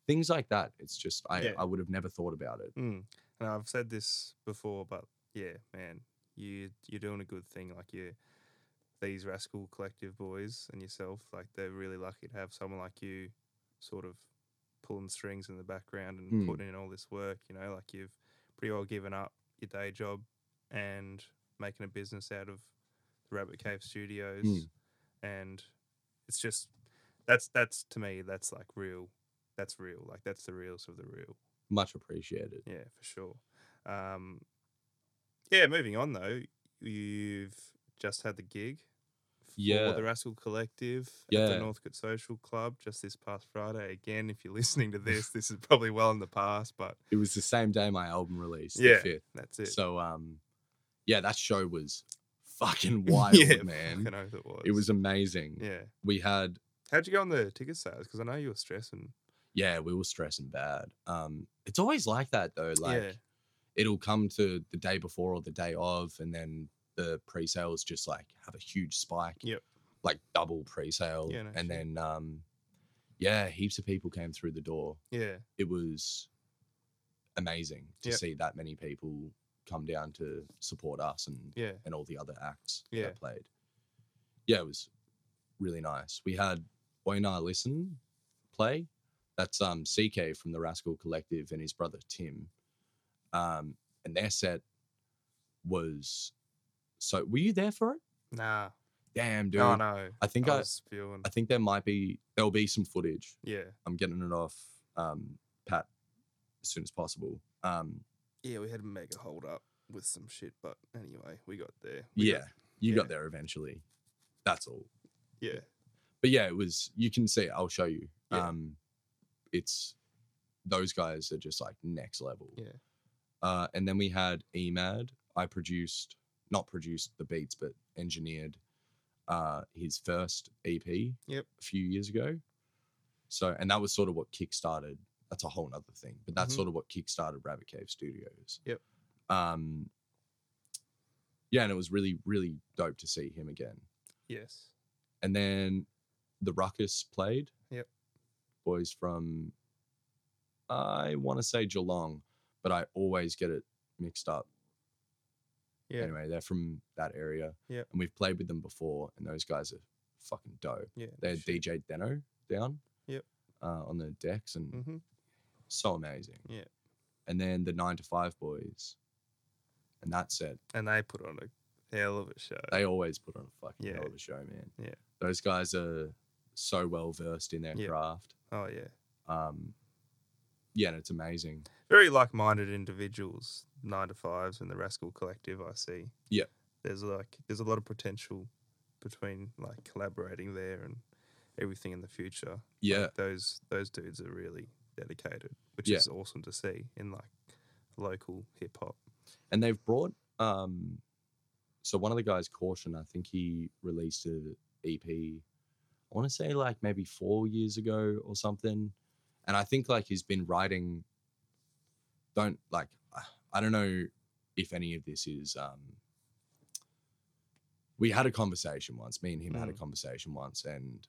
Speaker 2: Things like that. It's just I,
Speaker 1: Yeah.
Speaker 2: I would have never thought about it.
Speaker 1: Mm. And I've said this before, but yeah, man, you you're doing a good thing. Like you, these rascal collective boys and yourself, like they're really lucky to have someone like you, sort of pulling strings in the background and
Speaker 2: Mm.
Speaker 1: putting in all this work. You know, like you've pretty well given up your day job and making a business out of the Rabbit Cave Studios,
Speaker 2: Mm.
Speaker 1: and it's just that's that's to me that's like real. That's real. Like that's the reals of the real.
Speaker 2: Much appreciated.
Speaker 1: Yeah, for sure. Um, yeah, moving on though, you've just had the gig for
Speaker 2: Yeah.
Speaker 1: the Rascal Collective at
Speaker 2: Yeah.
Speaker 1: the Northcote Social Club just this past Friday. Again, if you're listening to this, this is probably well in the past, but
Speaker 2: it was the same day my album released.
Speaker 1: Yeah,
Speaker 2: the fifth.
Speaker 1: that's it.
Speaker 2: So um, yeah, that show was fucking wild,
Speaker 1: yeah,
Speaker 2: man.
Speaker 1: fucking oath it was.
Speaker 2: It was amazing.
Speaker 1: Yeah.
Speaker 2: We had
Speaker 1: How'd you go on the ticket sales? Because I know you were stressing.
Speaker 2: yeah, we were stressing bad. Um, it's always like that though. Like
Speaker 1: Yeah.
Speaker 2: it'll come to the day before or the day of, and then the pre-sales just like have a huge spike.
Speaker 1: Yep.
Speaker 2: Like double pre-sale,
Speaker 1: Yeah, no shit.
Speaker 2: and then um, yeah, heaps of people came through the door.
Speaker 1: Yeah.
Speaker 2: it was amazing to
Speaker 1: Yep.
Speaker 2: see that many people come down to support us and
Speaker 1: Yeah.
Speaker 2: and all the other acts
Speaker 1: Yeah.
Speaker 2: that played. Yeah, it was really nice. We had Oinar Listen play. That's um CK from the Rascal Collective and his brother Tim. Um, and their set was so were you there for it?
Speaker 1: Nah.
Speaker 2: Damn dude.
Speaker 1: No, no.
Speaker 2: I think
Speaker 1: I
Speaker 2: I,
Speaker 1: was spewing.
Speaker 2: I think there might be there'll be some footage
Speaker 1: yeah.
Speaker 2: I'm getting it off um, Pat as soon as possible. Um,
Speaker 1: Yeah, we had a mega hold up with some shit, but anyway, we got there. We
Speaker 2: yeah,
Speaker 1: got-
Speaker 2: you
Speaker 1: yeah.
Speaker 2: got there eventually. That's all.
Speaker 1: yeah.
Speaker 2: But yeah, it was. You can see. it, I'll show you.
Speaker 1: Yeah.
Speaker 2: Um, it's those guys are just like next level.
Speaker 1: Yeah.
Speaker 2: Uh, and then we had Emad. I produced, not produced the beats, but engineered uh, his first EP.
Speaker 1: Yep.
Speaker 2: A few years ago. So, and that was sort of what kickstarted. That's a whole other thing, but that's
Speaker 1: Mhm.
Speaker 2: sort of what kickstarted Rabbit Cave Studios.
Speaker 1: Yep.
Speaker 2: Um. Yeah, and it was really, really dope to see him again.
Speaker 1: Yes.
Speaker 2: And then the Ruckus played.
Speaker 1: Yep.
Speaker 2: Boys from I want to say Geelong, but I always get it mixed up.
Speaker 1: Yeah.
Speaker 2: Anyway, they're from that area.
Speaker 1: Yep.
Speaker 2: And we've played with them before, and those guys are fucking dope.
Speaker 1: Yeah.
Speaker 2: They had DJ Deno down.
Speaker 1: Yep.
Speaker 2: Uh, on the decks and
Speaker 1: Mm-hmm.
Speaker 2: so amazing.
Speaker 1: Yeah.
Speaker 2: And then the nine to five boys. And that said,
Speaker 1: And they put on a hell of a show.
Speaker 2: they always put on a fucking hell
Speaker 1: Yeah.
Speaker 2: of a show, man.
Speaker 1: Yeah.
Speaker 2: Those guys are so well versed in their
Speaker 1: Yeah.
Speaker 2: craft.
Speaker 1: oh yeah.
Speaker 2: Um, yeah, and it's amazing.
Speaker 1: Very like-minded individuals, nine to fives, and the Rascal Collective. I see.
Speaker 2: Yeah.
Speaker 1: There's like there's a lot of potential between like collaborating there and everything in the future.
Speaker 2: Yeah.
Speaker 1: Those those dudes are really dedicated, which
Speaker 2: Yeah.
Speaker 1: is awesome to see in like local hip hop.
Speaker 2: and they've brought um so one of the guys caution i think he released an ep E i want to say like maybe four years ago or something and i think like he's been writing don't like i don't know if any of this is um we had a conversation once me and him had a
Speaker 1: Mm.
Speaker 2: conversation once and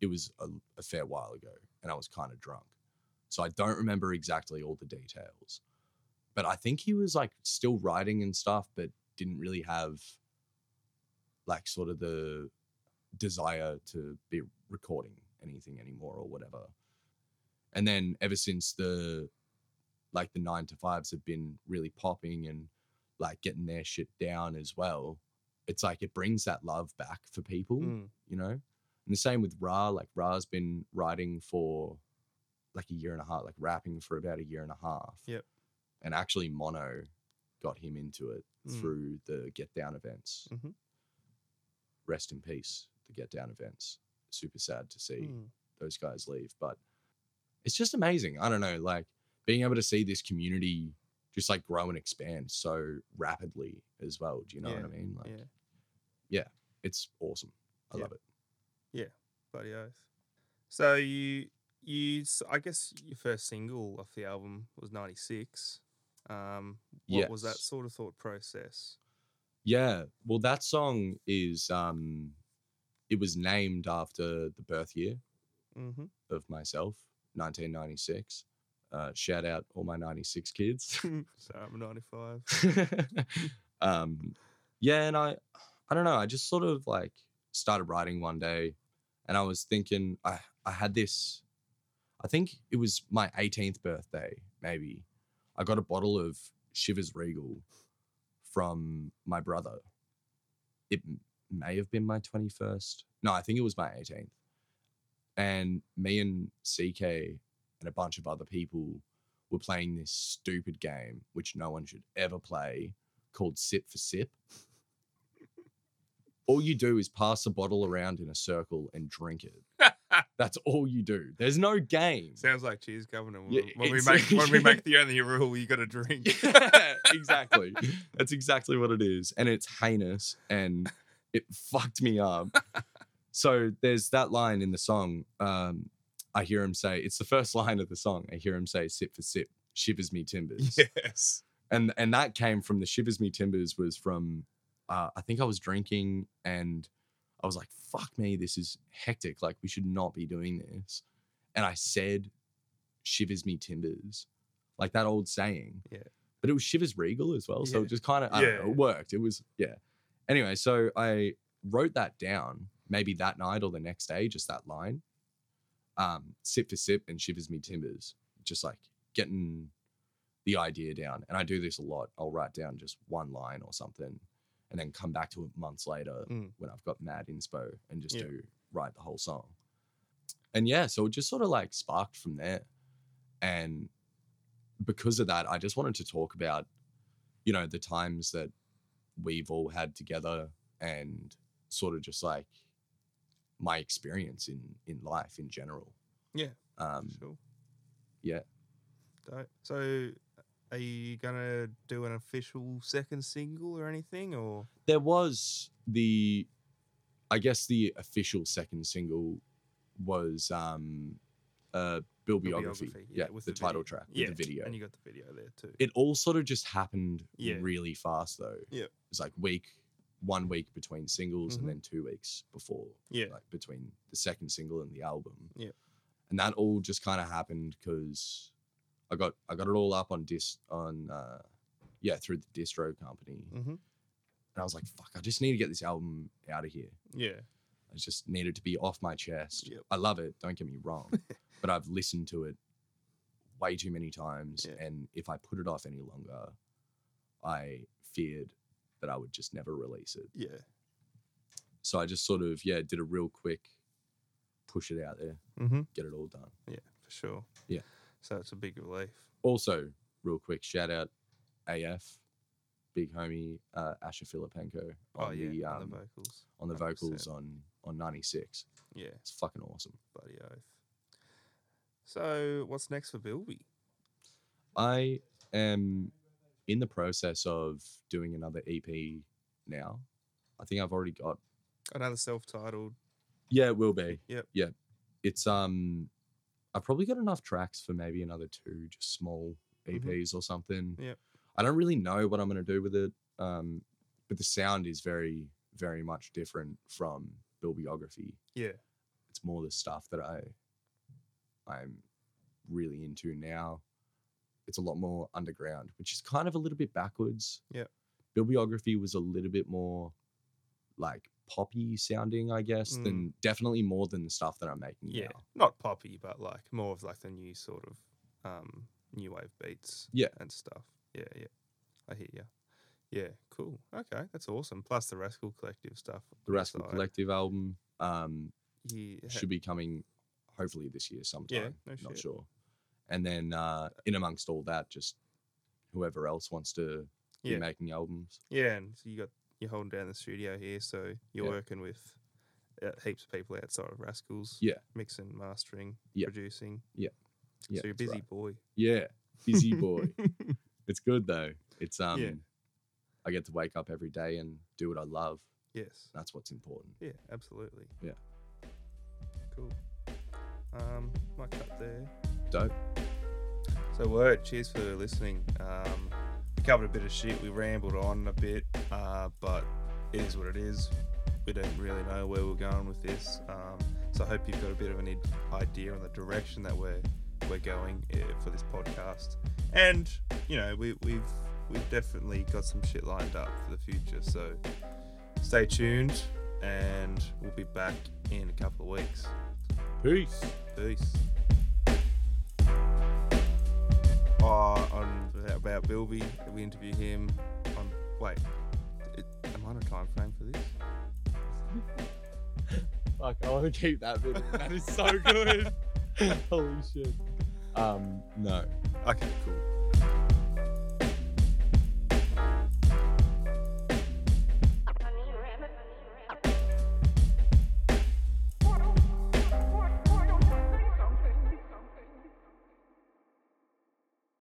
Speaker 2: it was a, a fair while ago and i was kind of drunk so i don't remember exactly all the details but I think he was like still writing and stuff, but didn't really have like sort of the desire to be recording anything anymore or whatever. And then ever since the like the nine to fives have been really popping and like getting their shit down as well, it's like it brings that love back for people
Speaker 1: Mm.
Speaker 2: you know? And the same with Ra, like Ra's been writing for like a year and a half, like rapping for about a year and a half.
Speaker 1: Yep.
Speaker 2: And actually Mono got him into it
Speaker 1: Mm.
Speaker 2: through the Get Down events.
Speaker 1: Mhm.
Speaker 2: Rest in peace, the Get Down events. Super sad to see
Speaker 1: Mm.
Speaker 2: those guys leave. But it's just amazing. I don't know, like being able to see this community just like grow and expand so rapidly as well. Do you know what I
Speaker 1: Yeah,
Speaker 2: mean? Like
Speaker 1: Yeah.
Speaker 2: it's awesome. I
Speaker 1: Yeah.
Speaker 2: love it.
Speaker 1: Bloody oath. So you you s- I guess your first single off the album was '96. Um, what was that
Speaker 2: Yes.
Speaker 1: sort of thought process?
Speaker 2: Yeah. Well, that song is um it was named after the birth year
Speaker 1: Mm-hmm.
Speaker 2: of myself, 1996. Uh, shout out all my 96 kids.
Speaker 1: so I'm 95.
Speaker 2: um yeah, and I I don't know, I just sort of like started writing one day and I was thinking I I had this I think it was my 18th birthday, maybe. I got a bottle of Shivers Regal from my brother. It m- may have been my 21st. No, I think it was my 18th. And me and CK and a bunch of other people were playing this stupid game, which no one should ever play, called Sip for Sip. All you do is pass the bottle around in a circle and drink it. That's all you do. There's no game.
Speaker 1: Sounds like cheese governor. When,
Speaker 2: Yeah,
Speaker 1: when we
Speaker 2: it's-
Speaker 1: make when we make the only rule, you got to drink.
Speaker 2: yeah, exactly. That's exactly what it is. And it's heinous and it fucked me up. So there's that line in the song. Um, I hear him say, it's the first line of the song. I hear him say, sip for sip, shivers me timbers.
Speaker 1: yes.
Speaker 2: And and that came from the shivers me timbers was from, uh, I think I was drinking and I was like, fuck me, this is hectic. Like, we should not be doing this. And I said, shivers me timbers, like that old saying.
Speaker 1: Yeah.
Speaker 2: But it was shivers regal as well. So
Speaker 1: Yeah.
Speaker 2: it just kind of, I don't know,
Speaker 1: Yeah.
Speaker 2: it worked. It was, yeah. Anyway, so I wrote that down maybe that night or the next day, just that line. Um, sip for sip and shivers me timbers, just like getting the idea down. And I do this a lot. I'll write down just one line or something and then come back to it months later
Speaker 1: Mm.
Speaker 2: when I've got mad inspo and just
Speaker 1: Yeah.
Speaker 2: do write the whole song. And yeah, so it just sort of like sparked from there. And because of that, I just wanted to talk about, you know, the times that we've all had together and sort of just like my experience in in life in general.
Speaker 1: Yeah.
Speaker 2: Um
Speaker 1: sure.
Speaker 2: yeah.
Speaker 1: Dope. So, are you gonna do an official second single or anything, or
Speaker 2: there was the I guess the official second single was um uh Bibliography.
Speaker 1: Bibliography,
Speaker 2: Yeah, with the,
Speaker 1: video.
Speaker 2: title track,
Speaker 1: Yeah,
Speaker 2: with the video.
Speaker 1: And you got the video there too.
Speaker 2: it all sort of just happened
Speaker 1: Yeah.
Speaker 2: really fast though.
Speaker 1: Yeah.
Speaker 2: It's like week one week between singles
Speaker 1: Mhm.
Speaker 2: and then two weeks before
Speaker 1: yeah.
Speaker 2: like between the second single and the album.
Speaker 1: Yeah.
Speaker 2: And that all just kind of happened because I got I got it all up on dis on uh yeah, through the distro company.
Speaker 1: mm-hmm.
Speaker 2: And I was like, fuck, I just need to get this album out of here.
Speaker 1: Yeah.
Speaker 2: I just needed to be off my chest.
Speaker 1: Yep.
Speaker 2: I love it, don't get me wrong, but I've listened to it way too many times.
Speaker 1: Yeah.
Speaker 2: And if I put it off any longer, I feared that I would just never release it.
Speaker 1: Yeah.
Speaker 2: So I just sort of, yeah, did a real quick push it out there,
Speaker 1: Mm-hmm.
Speaker 2: get it all done.
Speaker 1: Yeah, for sure.
Speaker 2: Yeah.
Speaker 1: So it's a big relief.
Speaker 2: Also, real quick, shout out AF big homie uh, Asher Filipenko on
Speaker 1: Oh yeah,
Speaker 2: the
Speaker 1: on
Speaker 2: um,
Speaker 1: the vocals.
Speaker 2: on the
Speaker 1: 100%.
Speaker 2: vocals uh, on on 96.
Speaker 1: Yeah,
Speaker 2: It's fucking awesome.
Speaker 1: bloody oath. So what's next for Bilby?
Speaker 2: I am in the process of doing another EP now. I think I've already got.
Speaker 1: Another self-titled.
Speaker 2: Yeah, it will be.
Speaker 1: Yep.
Speaker 2: Yeah. It's um, I've probably got enough tracks for maybe another two, just small EPs
Speaker 1: Mhm.
Speaker 2: or something.
Speaker 1: Yep.
Speaker 2: I don't really know what I'm gonna do with it. Um, but the sound is very, very much different from Bilbiography.
Speaker 1: Yeah,
Speaker 2: it's more the stuff that I I'm really into now. It's a lot more underground, which is kind of a little bit backwards.
Speaker 1: Yep.
Speaker 2: Bibliography was a little bit more like poppy sounding, I guess, than definitely more than the stuff that I'm making
Speaker 1: Mm. yeah.
Speaker 2: now.
Speaker 1: Not poppy, but like more of like the new sort of um, new wave beats.
Speaker 2: Yeah.
Speaker 1: and stuff. Yeah, yeah. I hear you. Yeah, cool. Okay, that's awesome. Plus the Rascal Collective stuff.
Speaker 2: The Rascal
Speaker 1: aside.
Speaker 2: Collective album um,
Speaker 1: Yeah, ha-
Speaker 2: should be coming hopefully this year sometime.
Speaker 1: no
Speaker 2: not
Speaker 1: shit.
Speaker 2: sure. And then uh, in amongst all that, just whoever else wants to
Speaker 1: Yeah.
Speaker 2: be making albums.
Speaker 1: Yeah, and so you got you're holding down the studio here, so you're
Speaker 2: Yeah.
Speaker 1: working with uh, heaps of people outside of Rascals.
Speaker 2: Yeah.
Speaker 1: mixing, mastering,
Speaker 2: Yeah.
Speaker 1: producing.
Speaker 2: Yeah. Yeah,
Speaker 1: so you're a
Speaker 2: that's
Speaker 1: busy
Speaker 2: right.
Speaker 1: boy.
Speaker 2: Yeah, busy boy. it's good though. It's um,
Speaker 1: Yeah.
Speaker 2: I get to wake up every day and do what I love.
Speaker 1: Yes.
Speaker 2: That's what's important.
Speaker 1: Yeah, absolutely.
Speaker 2: Yeah.
Speaker 1: Cool. Um, my cut there.
Speaker 2: Dope.
Speaker 1: So, word, cheers for listening. Um, we covered a bit of shit. We rambled on a bit, uh, but it is what it is. We don't really know where we're going with this. Um, so, I hope you've got a bit of an i- idea on the direction that we're we're going uh, for this podcast. And you know, we, we've we've definitely got some shit lined up for the future. So, stay tuned, and we'll be back in a couple of weeks.
Speaker 2: Peace.
Speaker 1: Peace. Oh, on about Bilby, we interview him. On wait, it, am I on a time frame for this?
Speaker 2: Fuck, I want to keep that bit. in. That is so good. Holy shit. Um, no.
Speaker 1: Okay, cool.